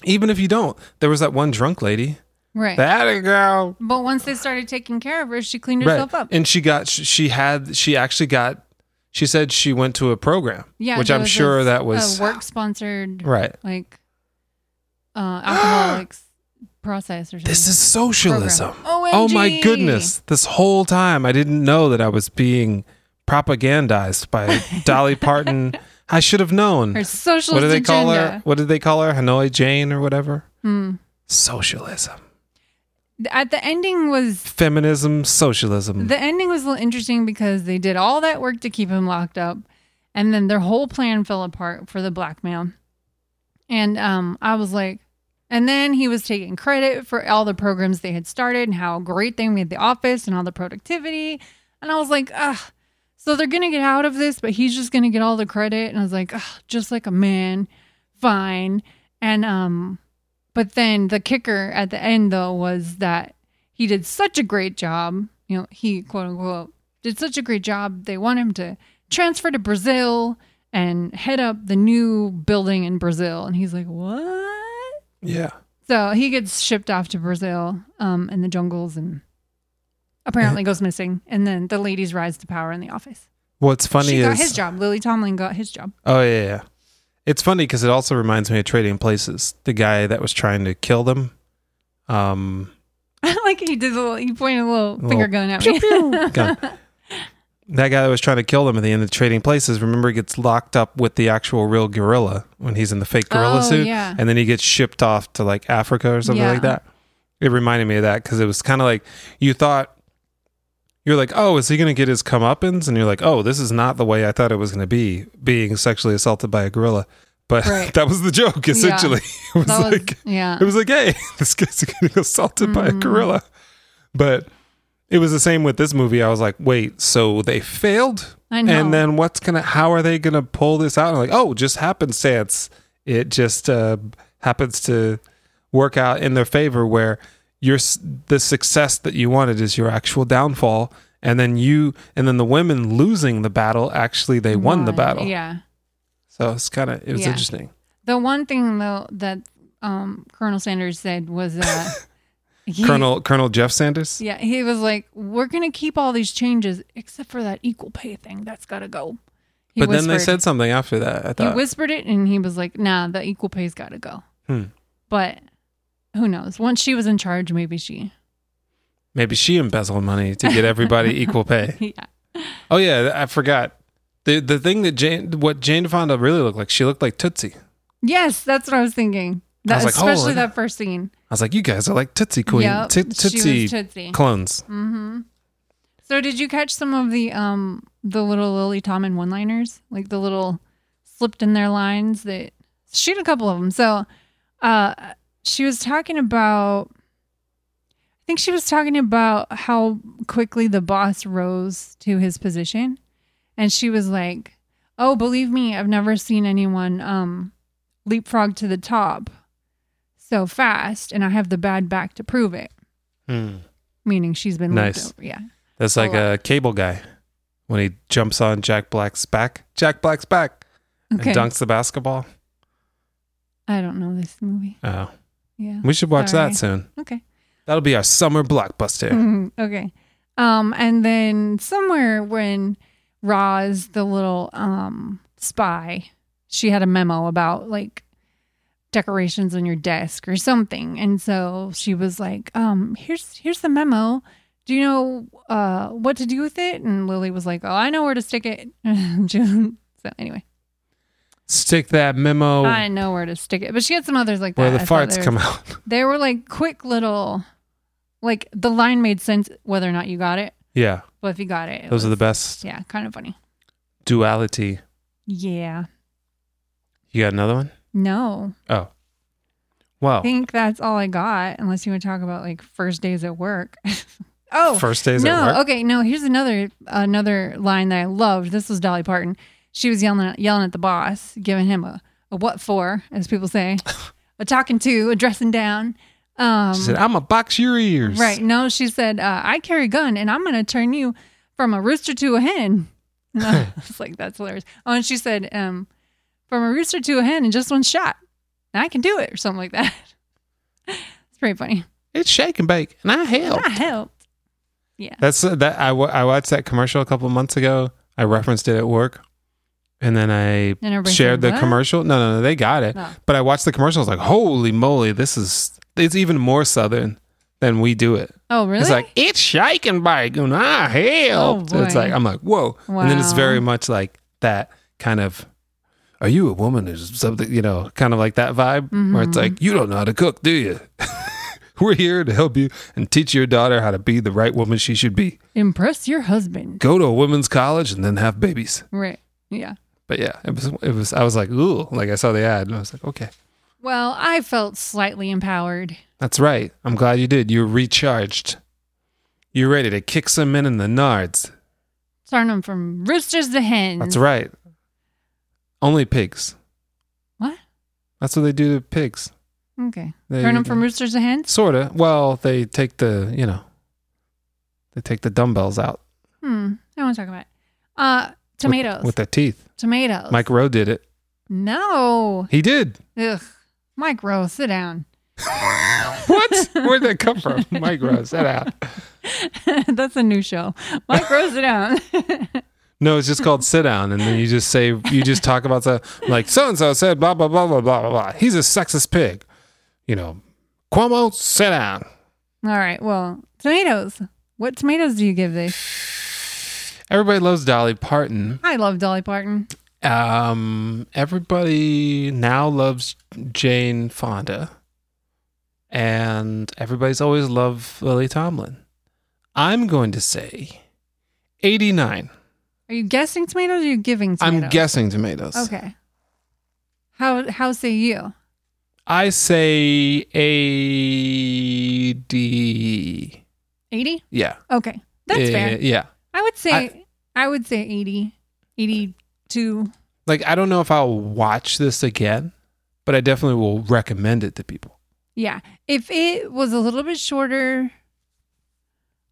A: even if you don't there was that one drunk lady
B: Right.
A: that girl
B: But once they started taking care of her, she cleaned
A: right
B: herself up.
A: and she got sh- she had she actually got she said she went to a program
B: yeah,
A: which
B: there
A: i'm
B: was
A: sure
B: this,
A: that was
B: a work sponsored
A: right
B: like uh alcoholics process or something.
A: this is socialism
B: Program.
A: Oh my
B: OMG.
A: goodness. This whole time I didn't know that I was being propagandized by Dolly Parton. I should have known.
B: her socialist
A: What do they call
B: agenda.
A: her? What did they call her? Hanoi Jane or whatever?
B: Hmm.
A: Socialism.
B: Th- At the ending was
A: Feminism, socialism.
B: the ending was a little interesting because they did all that work to keep him locked up, and then their whole plan fell apart for the blackmail. And um, I was like, and then he was taking credit for all the programs they had started and how great they made the office and all the productivity. And I was like, ah, so they're gonna get out of this, but he's just gonna get all the credit. And I was like, ah, just like a man, fine. And um, but then the kicker at the end though was that he did such a great job. You know, he quote unquote did such a great job. They want him to transfer to Brazil and head up the new building in Brazil. And he's like, what?
A: yeah.
B: So he gets shipped off to Brazil um, in the jungles and apparently goes missing. And then the ladies rise to power in the office.
A: What's funny
B: she
A: is
B: got his job. Lily Tomlin got his job.
A: Oh yeah, yeah. It's funny because it also reminds me of Trading Places. The guy that was trying to kill them. Um
B: I like he did a little. He pointed a little, finger gun at me.
A: Gun. That guy that was trying to kill them at the end of Trading Places, remember, he gets locked up with the actual real gorilla when he's in the fake gorilla
B: Oh,
A: suit,
B: yeah.
A: and then he gets shipped off to like Africa or something
B: Yeah.
A: like that. It reminded me of that because it was kind of like you thought you're like, oh, is he going to get his comeuppance? And you're like, oh, this is not the way I thought it was going to be, being sexually assaulted by a gorilla. But
B: Right.
A: that was the joke essentially. It was
B: That was-
A: like
B: yeah.
A: it was like, hey, this guy's getting assaulted by a
B: Mm.
A: gorilla. But it was the same with this movie. I was like, wait, so they failed?
B: I know.
A: And then what's gonna how are they gonna pull this out? And like, oh, just happenstance. It just uh, happens to work out in their favor where your s- the success that you wanted is your actual downfall. And then you and then the women losing the battle actually they won, the
B: One,
A: battle.
B: Yeah.
A: So it's kind of it was
B: Yeah.
A: interesting.
B: The one thing though that um, Colonel Sanders said was that he-
A: Colonel Colonel Jeff Sanders.
B: Yeah, he was like, "We're gonna keep all these changes except for that equal pay thing. That's gotta go." He
A: but then they
B: whispered-
A: said something after that. I
B: he
A: thought
B: whispered it, and he was like, "Nah, the equal pay's gotta go."
A: Hmm.
B: But who knows? Once she was in charge, maybe she.
A: Maybe she embezzled money to get everybody equal pay.
B: Yeah.
A: Oh yeah, I forgot. The the thing that Jane what Jane Fonda really looked like, she looked like Tootsie. I
B: Yes, that's what I was thinking. That,
A: I was like, "Oh,
B: especially
A: yeah."
B: that first scene.
A: was like, you guys are like Tootsie Queen,
B: Yep,
A: Ti-
B: she was
A: Tootsie,
B: Tootsie.
A: clones.
B: Mm-hmm. So did you catch some of the um the little Lily Tomlin one liners, like the little slipped in their lines that she had a couple of them. So uh she was talking about I think she was talking about how quickly the boss rose to his position and she was like, "Oh, believe me, I've never seen anyone um leapfrog to the top so fast and I have the bad back to prove it."
A: Hmm.
B: meaning she's been
A: Nice.
B: looked over. Yeah.
A: That's like
B: Oh,
A: a cable guy when he jumps on Jack Black's back, Jack Black's back,
B: Okay.
A: and dunks the basketball.
B: I don't know this movie.
A: Oh,
B: Yeah.
A: we should watch
B: Sorry.
A: that soon.
B: Okay.
A: That'll be our summer blockbuster.
B: Mhm. okay. Um, and then somewhere when Roz, the little um spy, she had a memo about like decorations on your desk or something, and so she was like, um, "Here's here's the memo." Do you know uh, what to do with it? And Lily was like, "Oh, I know where to stick it." so anyway,
A: Stick that memo
B: I know where to stick it. But she had some others like
A: where
B: that.
A: Oh. the
B: I thought
A: farts
B: there
A: come out.
B: They were like quick little, like the line made sense whether or not you got it.
A: yeah,
B: But if you got it, it
A: those are the
B: was-
A: best
B: Yeah, kind of funny.
A: duality.
B: Yeah.
A: You got another one?
B: No,
A: Oh, wow.
B: I think that's all I got. Unless you want to talk about like first days at work. oh,
A: First days
B: no.
A: at work.
B: Okay, no. Here's another another line that I loved. This was Dolly Parton. She was yelling at, yelling at the boss, giving him a, a what for, as people say, a talking to, a dressing down. Um,
A: She said, "I'm gonna box your ears."
B: Right. No, she said, uh, I carry a gun and I'm going to turn you from a rooster to a hen. And I was like, that's hilarious. Oh, and she said, um, from a rooster to a hen in just one shot. And I can do it or something like that. it's pretty funny.
A: It's shake and bake, and I help.
B: I helped.
A: That's uh, that. I, wa- I watched that commercial a couple of months ago. I referenced it at work, and then I
B: And everybody
A: shared
B: said,
A: the
B: "What?"
A: commercial. No, no, no. They got it,
B: No.
A: but I watched the commercial. I was like, "Holy moly! This is it's even more southern than we do it."
B: Oh, really?
A: It's like it's shake and bake, and I help.
B: Oh,
A: "Ah, it's like
B: boy.
A: I'm like, "Whoa!" And then it's
B: Wow.
A: very much like that kind of. Are you a woman or something? You know, kind of like that vibe where
B: Mm-hmm.
A: it's like, you don't know how to cook, do you? We're here to help you and teach your daughter how to be the right woman she should be
B: impress your husband.
A: go to a women's college and then have babies.
B: Right. Yeah.
A: But yeah, it was it was I was like, ooh, like I saw the ad and I was like, okay.
B: Well, I felt slightly empowered.
A: That's right. I'm glad you did. You're recharged. You're ready to kick some men in the nards.
B: Turn them from roosters to hens.
A: That's right. Only pigs.
B: What?
A: That's what they do to pigs.
B: Okay.
A: They,
B: Turn them from roosters to hens?
A: sorta. Well, they take the you know they take the dumbbells out
B: Hmm. I don't want to talk about it. Uh, tomatoes.
A: with their teeth.
B: tomatoes.
A: Mike Rowe did it.
B: No.
A: He did.
B: Ugh. Mike Rowe, sit down.
A: What? Where'd that come from? Mike Rowe, set out.
B: That's a new show. Mike Rowe, sit down.
A: No, it's just called sit down, and then you just say you just talk about the like so and so said blah blah blah blah blah blah blah. He's a sexist pig, you know. Cuomo, sit down.
B: All right. Well, tomatoes. What tomatoes do you give this?
A: Everybody loves Dolly Parton.
B: I love Dolly Parton.
A: Um, everybody now loves Jane Fonda, and everybody's always loved Lily Tomlin. I'm going to say 89.
B: Are you guessing tomatoes or are you giving tomatoes?
A: I'm guessing tomatoes.
B: Okay. How how say you?
A: I say A D.
B: 80?
A: Yeah.
B: Okay. That's
A: yeah,
B: fair.
A: Yeah.
B: I would say I, would say 80. 82.
A: Like I don't know if I'll watch this again, but I definitely will recommend it to people.
B: Yeah. If it was a little bit shorter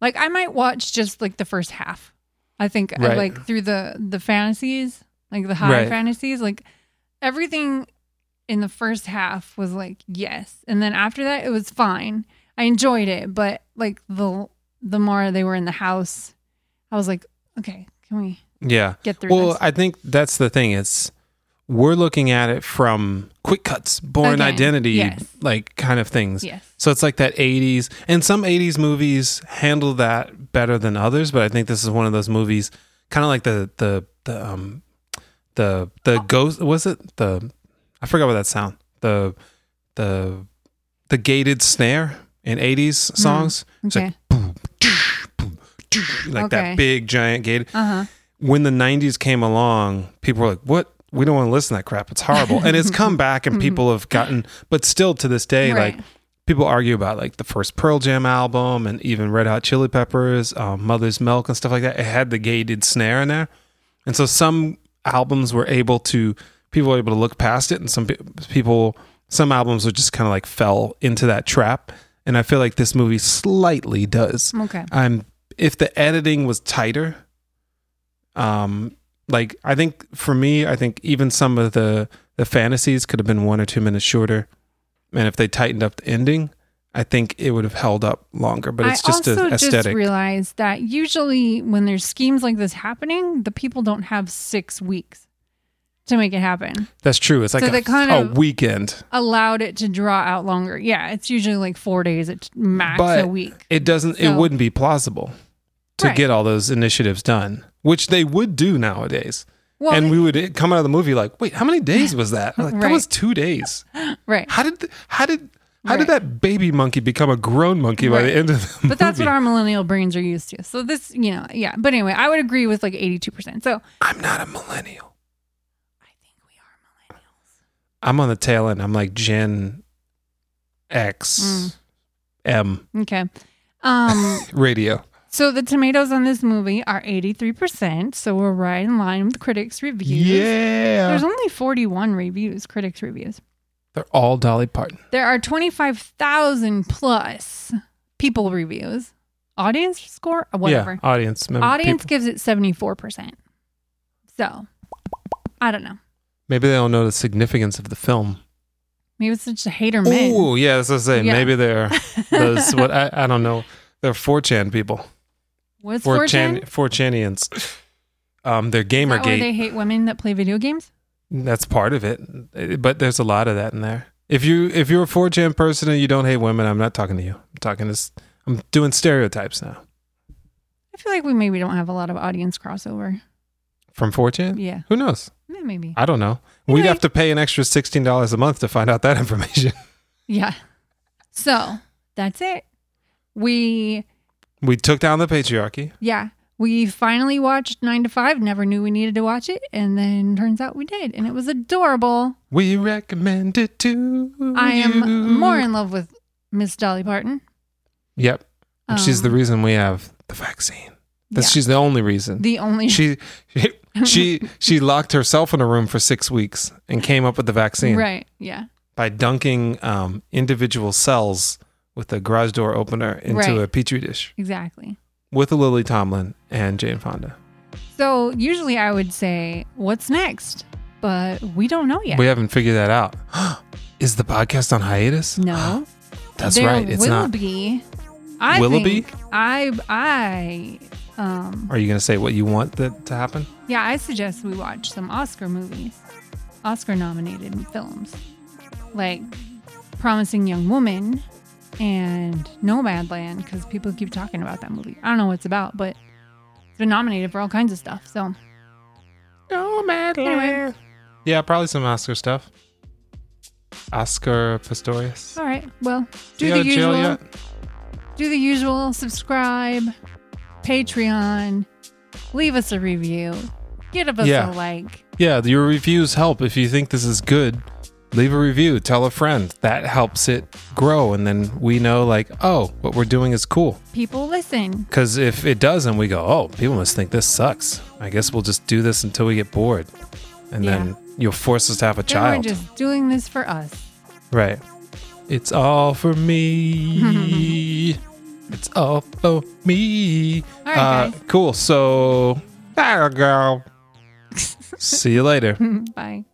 B: like I might watch just like the first half. I think uh,
A: Right.
B: like through the the fantasies, like the high
A: Right.
B: fantasies, like everything in the first half was like yes. And then after that it was fine. I enjoyed it, but like the the more they were in the house, I was like, okay, can we
A: Yeah.
B: get through
A: Well,
B: this?
A: I think that's the thing. It's we're looking at it from quick cuts, born
B: Again,
A: identity,
B: yes.
A: like kind of things.
B: yes.
A: So it's like that 80s, and some 80s movies handle that better than others. But I think this is one of those movies, kind of like the the the um the the ghost was it the I forgot what that sound the the the gated snare in 80s songs. It's like
B: Okay.
A: boom, boom, like
B: Mm, Okay.
A: that big giant gate
B: Uh huh.
A: when the 90s came along, people were like, what? We don't want to listen to that crap. It's horrible. And it's come back and people have gotten, but still to this day,
B: Right.
A: like people argue about like the first Pearl Jam album and even Red Hot Chili Peppers, um, Mother's Milk and stuff like that. It had the gated snare in there. And so some albums were able to, people were able to look past it. And some pe- people, some albums were just kind of like fell into that trap. And I feel like this movie slightly does.
B: Okay.
A: I'm if the editing was tighter, um, like I think for me, I think even some of the the fantasies could have been one or two minutes shorter, and if they tightened up the ending, I think it would have held up longer. But it's just
B: I also
A: an
B: just
A: aesthetic.
B: realized that usually when there's schemes like this happening, the people don't have six weeks to make it happen.
A: That's true. It's like
B: So
A: a,
B: they kind
A: a
B: of-
A: weekend.
B: Allowed it to draw out longer. Yeah, it's usually like four days at max
A: But
B: a week.
A: It doesn't.
B: So-
A: it wouldn't be plausible to
B: Right.
A: get all those initiatives done, which they would do nowadays.
B: Well,
A: and we would come out of the movie like, wait, how many days was that? I'm like that
B: Right.
A: was two days.
B: right.
A: How did th- how did how did
B: Right.
A: that baby monkey become a grown monkey by
B: Right.
A: the end of the
B: But that's what
A: movie?
B: our millennial brains are used to. So this, you know, yeah. But anyway, I would agree with like 82%. So
A: I'm not a millennial.
B: I think we are
A: I'm on the tail end. I'm like Gen X
B: Mm.
A: M
B: millennial. Okay. Um,
A: radio.
B: so the tomatoes on this movie are 83%. So we're right in line with critics' reviews.
A: Yeah,
B: There's only 41 reviews, critics' reviews.
A: they're all Dolly Parton.
B: There are 25,000 plus people reviews. Audience score, Uh, whatever.
A: Yeah, audience member.
B: Audience
A: people.
B: gives it 74%. So, I don't know.
A: Maybe they don't know the significance of the film.
B: Maybe it's such a hater men.
A: Oh yeah, that's what I say.
B: Yeah.
A: Maybe they're those. what I, I don't know. They're 4chan people.
B: What's 4chan?
A: 4chan 4chanians. Um, they're
B: Is that why
A: GamerGate.
B: they hate women that play video games?
A: That's part of it, Uh, but there's a lot of that in there. If you if you're a 4chan person and you don't hate women, I'm not talking to you. I'm talking to s- I'm doing stereotypes now
B: I feel like we maybe don't have a lot of audience crossover.
A: from 4chan.
B: Yeah,
A: Who knows?
B: Yeah, maybe.
A: I don't know.
B: You
A: We'd
B: know,
A: have to pay an extra sixteen dollars a month to find out that information.
B: Yeah. So, that's it. We
A: we took down the patriarchy.
B: Yeah. We finally watched 9 to 5, never knew we needed to watch it, and then turns out we did, and it was adorable.
A: We recommend it to
B: I
A: you.
B: am more in love with Miss Dolly Parton.
A: Yep, And she's the
B: Um,
A: reason we have the vaccine. That's
B: yeah.
A: she's the only reason.
B: the only
A: she she she locked herself in a room for six weeks and came up with the vaccine.
B: Right. Yeah.
A: by dunking um, individual cells with a garage door opener into
B: Right.
A: a petri dish
B: Exactly.
A: with a Lily Tomlin and Jane Fonda.
B: So, usually I would say what's next, but we don't know yet.
A: We haven't figured that out. Is the podcast on hiatus?
B: no.
A: That's
B: there
A: right. It's
B: will
A: not.
B: be I
A: Willoughby?
B: think I I um
A: Are you going to say what you want that to happen?
B: yeah, I suggest we watch some Oscar movies, Oscar nominated films, like Promising Young Woman, and Nomadland because people keep talking about that movie. I don't know what it's about, but it's been nominated for all kinds of stuff. So Anyway.
A: Yeah, probably some Oscar stuff. Oscar Pistorius.
B: all right, well, do
A: You
B: the
A: go to jail
B: usual.
A: yet?
B: do the usual subscribe patreon leave us a review give us
A: Yeah.
B: a like
A: Yeah, your reviews help. If you think this is good, leave a review, tell a friend. That helps it grow. And then we know, like, oh, what we're doing is cool.
B: people listen
A: Because if it doesn't, we go, oh, people must think this sucks. I guess we'll just do this until we get bored. And
B: Yeah.
A: then you'll force us to have a
B: Then we're
A: child.
B: just doing this for us
A: right. It's all for me. it's all for me. Uh,
B: All right, guys.
A: Cool. So, there you go. See you later.
B: bye